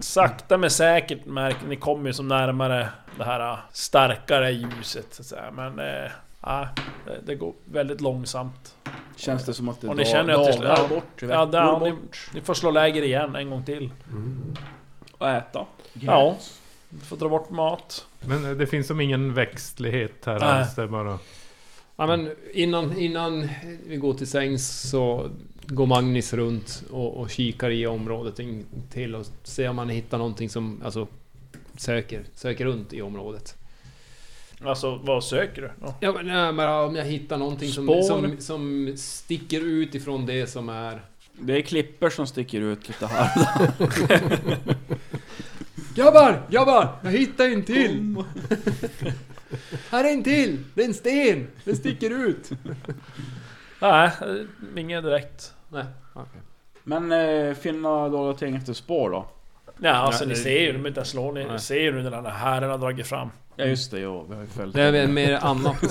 [SPEAKER 2] Sakta men säkert märker ni kommer ju som närmare det här äh, starkare ljuset så att säga. Men... Eh, ja, det, det går väldigt långsamt.
[SPEAKER 4] Känns det som att det
[SPEAKER 2] Och ni
[SPEAKER 4] dal-
[SPEAKER 2] känner att det-
[SPEAKER 4] dalar
[SPEAKER 2] ja.
[SPEAKER 4] bort?
[SPEAKER 2] Ja, där,
[SPEAKER 4] veckor
[SPEAKER 2] ni-
[SPEAKER 4] bort.
[SPEAKER 2] Ni får slå läger igen en gång till.
[SPEAKER 5] Mm.
[SPEAKER 4] Och äta.
[SPEAKER 2] Ja. Ni får dra bort mat.
[SPEAKER 3] Men eh, det finns som ingen växtlighet här
[SPEAKER 2] Nej.
[SPEAKER 3] alls. Det är bara...
[SPEAKER 7] Ja, men innan, innan vi går till sängs så går Magnus runt och, och kikar i området in till och ser om han hittar någonting som... Alltså, söker, söker runt i området.
[SPEAKER 2] Alltså, vad söker du? Ja.
[SPEAKER 7] Ja, men, nej, men om jag hittar någonting som,
[SPEAKER 2] Spår.
[SPEAKER 7] som, som sticker ut ifrån det som är...
[SPEAKER 4] Det är klipper som sticker ut lite här.
[SPEAKER 7] Grabbar! Grabbar! Jag hittar en till! Här är en till! Det är en sten! Den sticker ut!
[SPEAKER 2] Nej, eh, inget direkt.
[SPEAKER 7] Nej, okej.
[SPEAKER 4] Men eh, finna dåliga ting efter spår då.
[SPEAKER 2] Nej, alltså
[SPEAKER 7] Nej,
[SPEAKER 2] ni
[SPEAKER 7] det-
[SPEAKER 2] ser ju, de är inte ens slår, ni
[SPEAKER 7] Nej.
[SPEAKER 2] ser ju hur den här herren har dragit fram.
[SPEAKER 4] Ja just det, ja, vi har ju följt
[SPEAKER 7] Det är väl mer annat.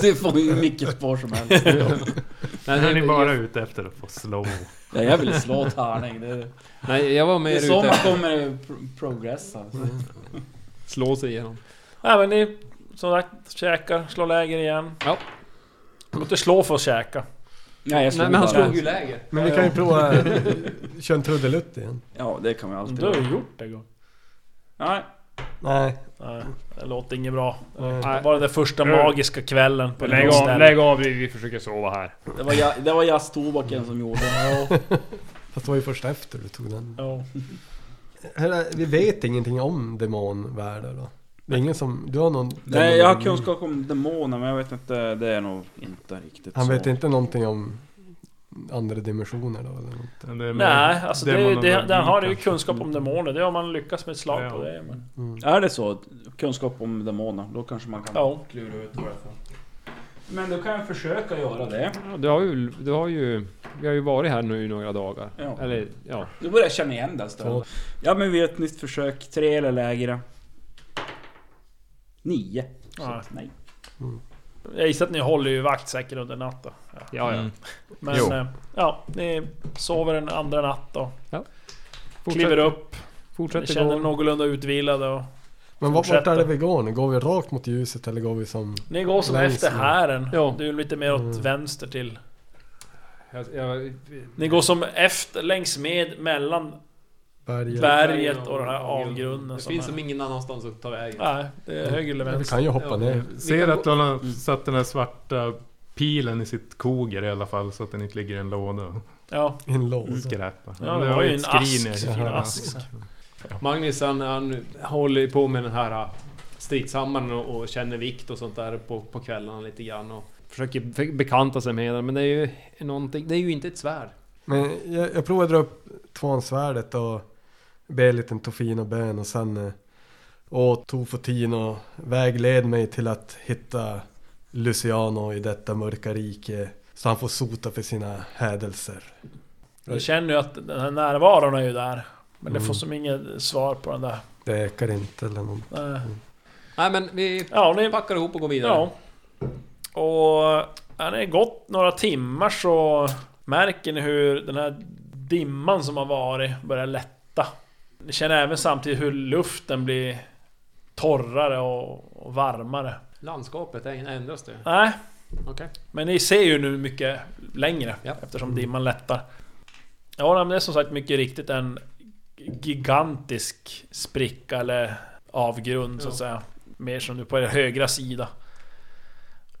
[SPEAKER 4] Det får ju mycket spår som helst.
[SPEAKER 7] Nej,
[SPEAKER 3] Är
[SPEAKER 7] nej,
[SPEAKER 3] ni bara ute efter att få slå?
[SPEAKER 4] Ja, jag vill slå tärning. Det är,
[SPEAKER 7] nej, jag var
[SPEAKER 4] det är
[SPEAKER 7] mer
[SPEAKER 4] så
[SPEAKER 7] ute
[SPEAKER 4] man
[SPEAKER 7] efter
[SPEAKER 4] kommer eh, pro- alltså. progressa.
[SPEAKER 7] att slå sig igenom.
[SPEAKER 2] Nej men ni, som sagt, käkar, slår läger igen.
[SPEAKER 7] Ja.
[SPEAKER 2] Du måste slå för att käka.
[SPEAKER 4] Nej, jag slog
[SPEAKER 7] Nej, men han
[SPEAKER 4] bara.
[SPEAKER 7] slog ju läger.
[SPEAKER 5] Men vi kan ju prova... Kör en trudelutt igen.
[SPEAKER 4] Ja, det kan vi alltid
[SPEAKER 2] Du har
[SPEAKER 4] göra.
[SPEAKER 2] ju gjort det gång.
[SPEAKER 4] Nej,
[SPEAKER 5] Nej.
[SPEAKER 2] Nej, det låter inget bra.
[SPEAKER 5] nej.
[SPEAKER 2] Det var den där första
[SPEAKER 9] Nu.
[SPEAKER 2] magiska kvällen på
[SPEAKER 9] Lägg
[SPEAKER 2] något
[SPEAKER 9] av,
[SPEAKER 2] ställe.
[SPEAKER 9] lägg av, vi vi försöker sova här.
[SPEAKER 4] Det var, ja- det var jazztobaken som gjorde det.
[SPEAKER 5] Fast det var ju först efter du tog den.
[SPEAKER 2] Ja.
[SPEAKER 5] Eller, Vi vet ingenting om demonvärldar då? Det är ingen som... Du har någon... Mm.
[SPEAKER 4] Nej, jag har kunskap om demoner men jag vet inte, det är nog inte riktigt
[SPEAKER 5] Han
[SPEAKER 4] så.
[SPEAKER 5] vet inte någonting om andra dimensioner då eller något?
[SPEAKER 3] Men det är mer
[SPEAKER 2] Nej, alltså det,
[SPEAKER 3] demonologi
[SPEAKER 2] det, den har ju
[SPEAKER 3] kanske.
[SPEAKER 2] kunskap om demoner. Det har man lyckats med ett slag på. Det, men,
[SPEAKER 5] Mm.
[SPEAKER 4] Är det så? Kunskap om demoner, då kanske man kan
[SPEAKER 2] ja.
[SPEAKER 4] klura ut vad det är för. Men då kan jag försöka göra det.
[SPEAKER 7] Ja, Du har ju, du har ju, vi har ju varit här nu i några dagar.
[SPEAKER 4] Ja.
[SPEAKER 7] Eller ja,
[SPEAKER 4] Nu börjar jag känna igen det här stället. Ja men vi gör ett nytt försök, tre eller lägre. Nio. Så,
[SPEAKER 2] Ja.
[SPEAKER 4] nej.
[SPEAKER 2] Jag gissar att ni håller ju vakt säkert under natten. Ja.
[SPEAKER 7] ja, ja.
[SPEAKER 6] Mm.
[SPEAKER 2] Men
[SPEAKER 6] Jo.
[SPEAKER 2] eh, ja, ni sover en andra natt och
[SPEAKER 7] Fortsätt-
[SPEAKER 2] kliver upp. Ni
[SPEAKER 7] Fortsätter
[SPEAKER 2] känner er
[SPEAKER 7] gå.
[SPEAKER 2] någorlunda utvilade och...
[SPEAKER 5] Men vart, vart
[SPEAKER 2] Fortsätta.
[SPEAKER 5] är det vi går nu? Går vi rakt mot ljuset eller går vi som...
[SPEAKER 2] Ni går som
[SPEAKER 5] Längs
[SPEAKER 2] efter
[SPEAKER 5] med.
[SPEAKER 2] hären.
[SPEAKER 7] Ja.
[SPEAKER 2] Du är lite mer åt
[SPEAKER 5] Mm.
[SPEAKER 2] vänster till.
[SPEAKER 7] Jag, jag,
[SPEAKER 2] Ni går som efter, längs med, mellan
[SPEAKER 5] Berget?
[SPEAKER 2] berget och den här avgrunden
[SPEAKER 7] Det
[SPEAKER 2] som
[SPEAKER 7] finns
[SPEAKER 2] är-
[SPEAKER 7] som ingen annanstans att ta vägen.
[SPEAKER 2] Nej, det är höger eller
[SPEAKER 5] vi
[SPEAKER 2] vänster.
[SPEAKER 5] kan ju hoppa ner.
[SPEAKER 3] Ser att han har
[SPEAKER 2] Mm.
[SPEAKER 3] satt den här svarta pilen i sitt koger i alla fall så att den inte ligger i en låda och
[SPEAKER 2] Ja,
[SPEAKER 5] I en
[SPEAKER 4] Mm.
[SPEAKER 5] låda.
[SPEAKER 3] skräpar.
[SPEAKER 2] Ja, det var ju en ask, så fin ask.
[SPEAKER 7] Magnus han, han håller ju på med den här äh, stridshammaren och, och känner vikt och sånt där på, på kvällarna lite grann och försöker be- bekanta sig med den. Men det är ju någonting, det är ju inte ett svärd.
[SPEAKER 5] Men jag, jag provar att dra upp tvåansvärdet och be en liten tofin och bön och sen... eh, Och Tofotino vägled mig till att hitta Luciano i detta mörka rike. Så han får sota för sina hädelser.
[SPEAKER 2] du känner ju att den här närvaron är ju där. Men det
[SPEAKER 5] Mm.
[SPEAKER 2] får som inget svar på den där.
[SPEAKER 5] Det ökar inte eller någon.
[SPEAKER 2] Nej.
[SPEAKER 7] Nej men vi
[SPEAKER 2] Ja, ni
[SPEAKER 7] packar ihop och går vidare.
[SPEAKER 2] Ja. Och när det gått några timmar så märker ni hur den här dimman som har varit börjar lätta. Ni känner även samtidigt hur luften blir torrare och, och varmare.
[SPEAKER 7] Landskapet är- ändras det.
[SPEAKER 2] Nej,
[SPEAKER 7] Okej.
[SPEAKER 2] men ni ser ju nu mycket längre
[SPEAKER 7] Ja.
[SPEAKER 2] eftersom dimman lättar. Ja, nej, men det är som sagt mycket riktigt en gigantisk spricka eller avgrund så att säga. Mer som nu på er högra sida.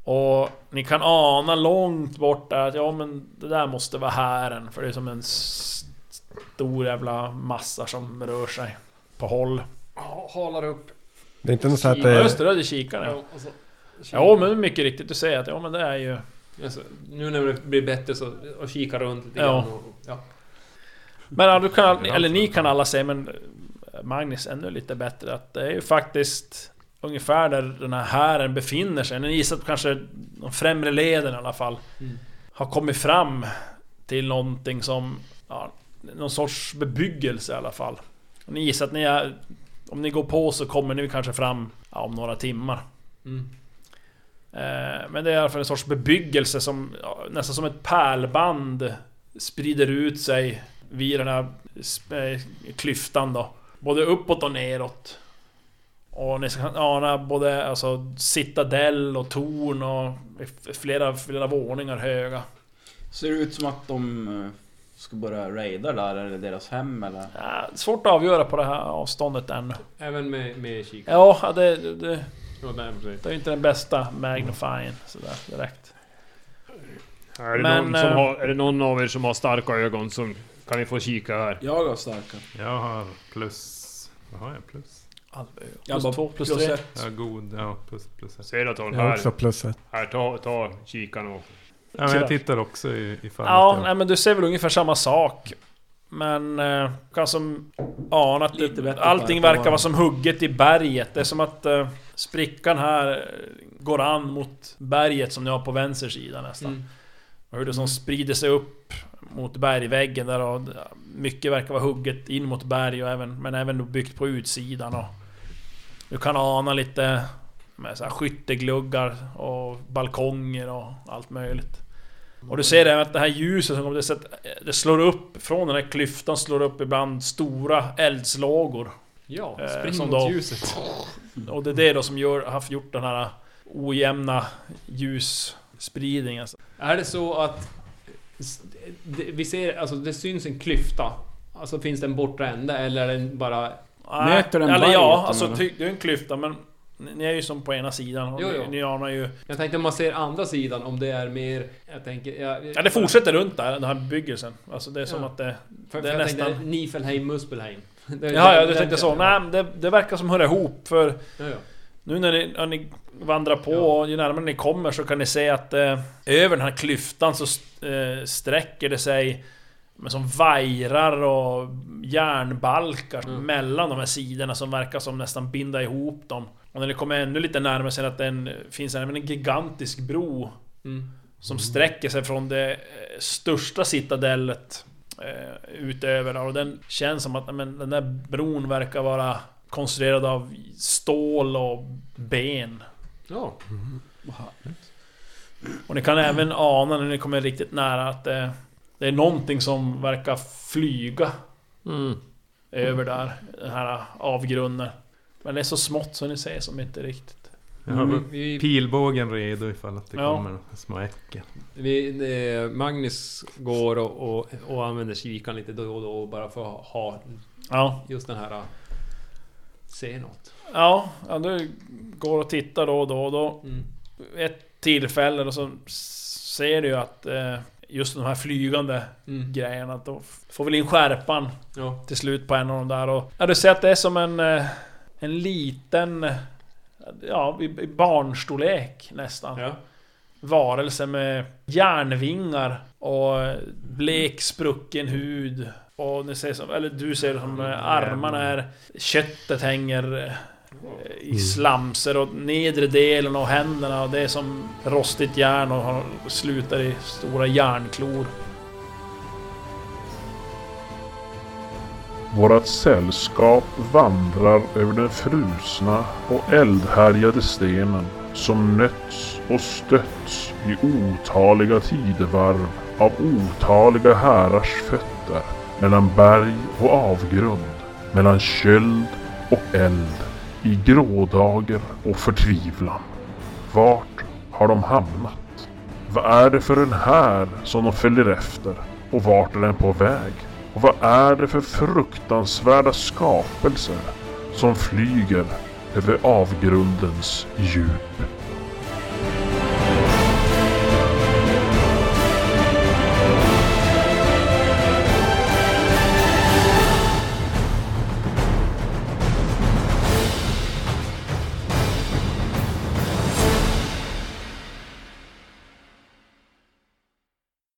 [SPEAKER 2] Och ni kan ana långt bort där att ja men det där måste vara hären för det är som en s- stor jävla massa som rör sig på håll.
[SPEAKER 7] Ha- Halar upp.
[SPEAKER 5] Det är inte något så att
[SPEAKER 2] Ja
[SPEAKER 5] det...
[SPEAKER 2] just det, där är kikaren ja.
[SPEAKER 7] Ja, och så-
[SPEAKER 2] Ja men mycket riktigt, du säger att ja men det är ju...
[SPEAKER 7] Alltså, nu när det blir bättre så och kika runt lite
[SPEAKER 2] Ja.
[SPEAKER 7] grann. Och, ja.
[SPEAKER 2] Men ja, du kan, eller ni kan alla se, men eh, Magnus ännu lite bättre att det är ju faktiskt ungefär där den här hären befinner sig. Ni gissar att kanske de främre leden i alla fall
[SPEAKER 7] Mm.
[SPEAKER 2] har kommit fram till någonting som... Ja, någon sorts bebyggelse i alla fall. Och ni gissar att ni är, om ni går på så kommer ni kanske fram ja, om några timmar.
[SPEAKER 7] Mm.
[SPEAKER 2] Eh, Men det är i alla fall en sorts bebyggelse som ja, nästan som ett pärlband sprider ut sig vid den här sp- eh, klyftan då. Både uppåt och neråt. Och ni kan ana både alltså, citadell och torn och f- flera, flera våningar höga.
[SPEAKER 4] Ser det ut som att de eh, ska börja raida där eller deras hem eller?
[SPEAKER 2] Ja, svårt att avgöra på det här avståndet ännu.
[SPEAKER 7] Även med, med kika.
[SPEAKER 2] Ja, ja, det, det, det
[SPEAKER 7] Ja, nej, precis.
[SPEAKER 2] det är ju inte den bästa magnifying sådär direkt.
[SPEAKER 9] Är det,
[SPEAKER 2] Men,
[SPEAKER 9] någon som
[SPEAKER 2] eh,
[SPEAKER 9] har, är det någon av er som har starka ögon så kan ni få kika här.
[SPEAKER 4] Jag har starka.
[SPEAKER 3] Jag har plus... Vad har jag plus?
[SPEAKER 4] Jag har
[SPEAKER 2] Plus
[SPEAKER 4] bara
[SPEAKER 2] två, plus
[SPEAKER 4] plus
[SPEAKER 2] tre.
[SPEAKER 4] ett.
[SPEAKER 3] Jag har god... Ja, plus plus ett.
[SPEAKER 9] Ser att hon
[SPEAKER 5] Jag har
[SPEAKER 9] här,
[SPEAKER 5] också plus ett.
[SPEAKER 9] här ta, ta kikan och...
[SPEAKER 3] Ja, men jag tittar också i, i fallet.
[SPEAKER 2] Ja, nej,
[SPEAKER 3] jag,
[SPEAKER 2] men du ser väl ungefär samma sak. Men eh, kan som ana att
[SPEAKER 4] Lite
[SPEAKER 2] det,
[SPEAKER 4] bättre
[SPEAKER 2] allting
[SPEAKER 4] på det.
[SPEAKER 2] verkar vara som hugget i berget. Det är som att eh, sprickan här eh, går an mot berget som ni har på vänster sida nästan.
[SPEAKER 7] Mm.
[SPEAKER 2] Och hur det som sprider sig upp mot bergväggen där och ja, mycket verkar vara hugget in mot berg och även, men även då byggt på utsidan och Du kan ana lite med så här skyttegluggar och balkonger och allt möjligt. Och du ser även att det här ljuset som kommer, det, sätt, det slår upp från den här klyftan slår upp ibland stora eldslågor.
[SPEAKER 7] Ja,
[SPEAKER 2] Eh,
[SPEAKER 7] spring
[SPEAKER 2] som
[SPEAKER 7] mot
[SPEAKER 2] då-
[SPEAKER 7] ljuset.
[SPEAKER 2] Och det är det då som gör, har gjort den här ojämna ljusspridningen.
[SPEAKER 7] Är det så att... s- det- Vi ser, alltså det syns en klyfta. Alltså finns det en bortre ände eller är den bara...
[SPEAKER 2] Nej,
[SPEAKER 4] Möter den
[SPEAKER 2] Eller ja,
[SPEAKER 4] vargen,
[SPEAKER 2] alltså
[SPEAKER 4] eller?
[SPEAKER 2] ty, det är en klyfta men ni ni är ju som på ena sidan och
[SPEAKER 7] Jo,
[SPEAKER 2] ni,
[SPEAKER 7] jo.
[SPEAKER 2] ni anar ju...
[SPEAKER 7] Jag tänkte om man ser andra sidan, om det är mer... Jag tänker... Ja,
[SPEAKER 2] Ja det fortsätter runt där, den här bebyggelsen. Alltså det är som
[SPEAKER 7] Ja.
[SPEAKER 2] att det... det
[SPEAKER 7] För, för
[SPEAKER 2] är
[SPEAKER 7] jag tänkte
[SPEAKER 2] nästan-
[SPEAKER 7] Nifelheim, Muspelheim. Det-
[SPEAKER 2] Ja, ja du
[SPEAKER 7] det-
[SPEAKER 2] tänkte så.
[SPEAKER 7] ja.
[SPEAKER 2] Nej men det, det verkar som hör ihop för
[SPEAKER 7] Ja, ja.
[SPEAKER 2] nu när ni, när ni vandrar på
[SPEAKER 7] Ja.
[SPEAKER 2] och ju närmare ni kommer så kan ni se att eh, över den här klyftan så st- eh, sträcker det sig men som vajrar och järnbalkar
[SPEAKER 7] Mm.
[SPEAKER 2] mellan de här sidorna som verkar som nästan binda ihop dem. Och när ni kommer ännu lite närmare ser ni att det är en- finns även en gigantisk bro
[SPEAKER 7] Mm.
[SPEAKER 2] Som sträcker sig från det eh, största citadellet eh, utöver där. och den känns som att nej, men, den där bron verkar vara konstruerad av stål och ben.
[SPEAKER 7] Ja.
[SPEAKER 2] Och ni kan även ana när ni kommer riktigt nära att eh, det är någonting som verkar flyga Mm. över där, den här avgrunden. Men det är så smått så ni ser som inte riktigt.
[SPEAKER 10] Jag har
[SPEAKER 3] Mm.
[SPEAKER 10] väl
[SPEAKER 7] Vi,
[SPEAKER 10] pilbågen redo ifall att det
[SPEAKER 2] mm. Ja.
[SPEAKER 10] kommer några små äcken.
[SPEAKER 7] vi, eh, Magnus går och, och, och använder kikaren lite då och då bara för att ha
[SPEAKER 2] Ja,
[SPEAKER 7] just den här... eh, Se något.
[SPEAKER 2] ja, ja du går och tittar då och då och då.
[SPEAKER 7] Mm.
[SPEAKER 2] ett tillfälle och så ser du ju att eh, just de här flygande
[SPEAKER 7] Mm.
[SPEAKER 2] grejerna, att då får väl in skärpan
[SPEAKER 7] Ja.
[SPEAKER 2] till slut på en av dem där och ja, du ser att det är som en, eh, en liten, eh, ja, i i barnstorlek nästan.
[SPEAKER 7] Ja.
[SPEAKER 2] Varelse med järnvingar och eh, blek sprucken hud. Och ni ser som, eller du ser som eh, armarna är... Köttet hänger eh, i slamser och nedre delen av händerna och det är som rostigt järn och har- slutar i stora järnklor.
[SPEAKER 1] Vårat sällskap vandrar över den frusna och eldhärjade stenen som nötts och stötts i otaliga tidevarv av otaliga härars fötter mellan berg och avgrund, mellan köld och eld, i grådager och förtvivlan. Vart har de hamnat? Vad är det för en här som de följer efter? Och vart är den på väg? Och vad är det för fruktansvärda skapelser som flyger över avgrundens djup?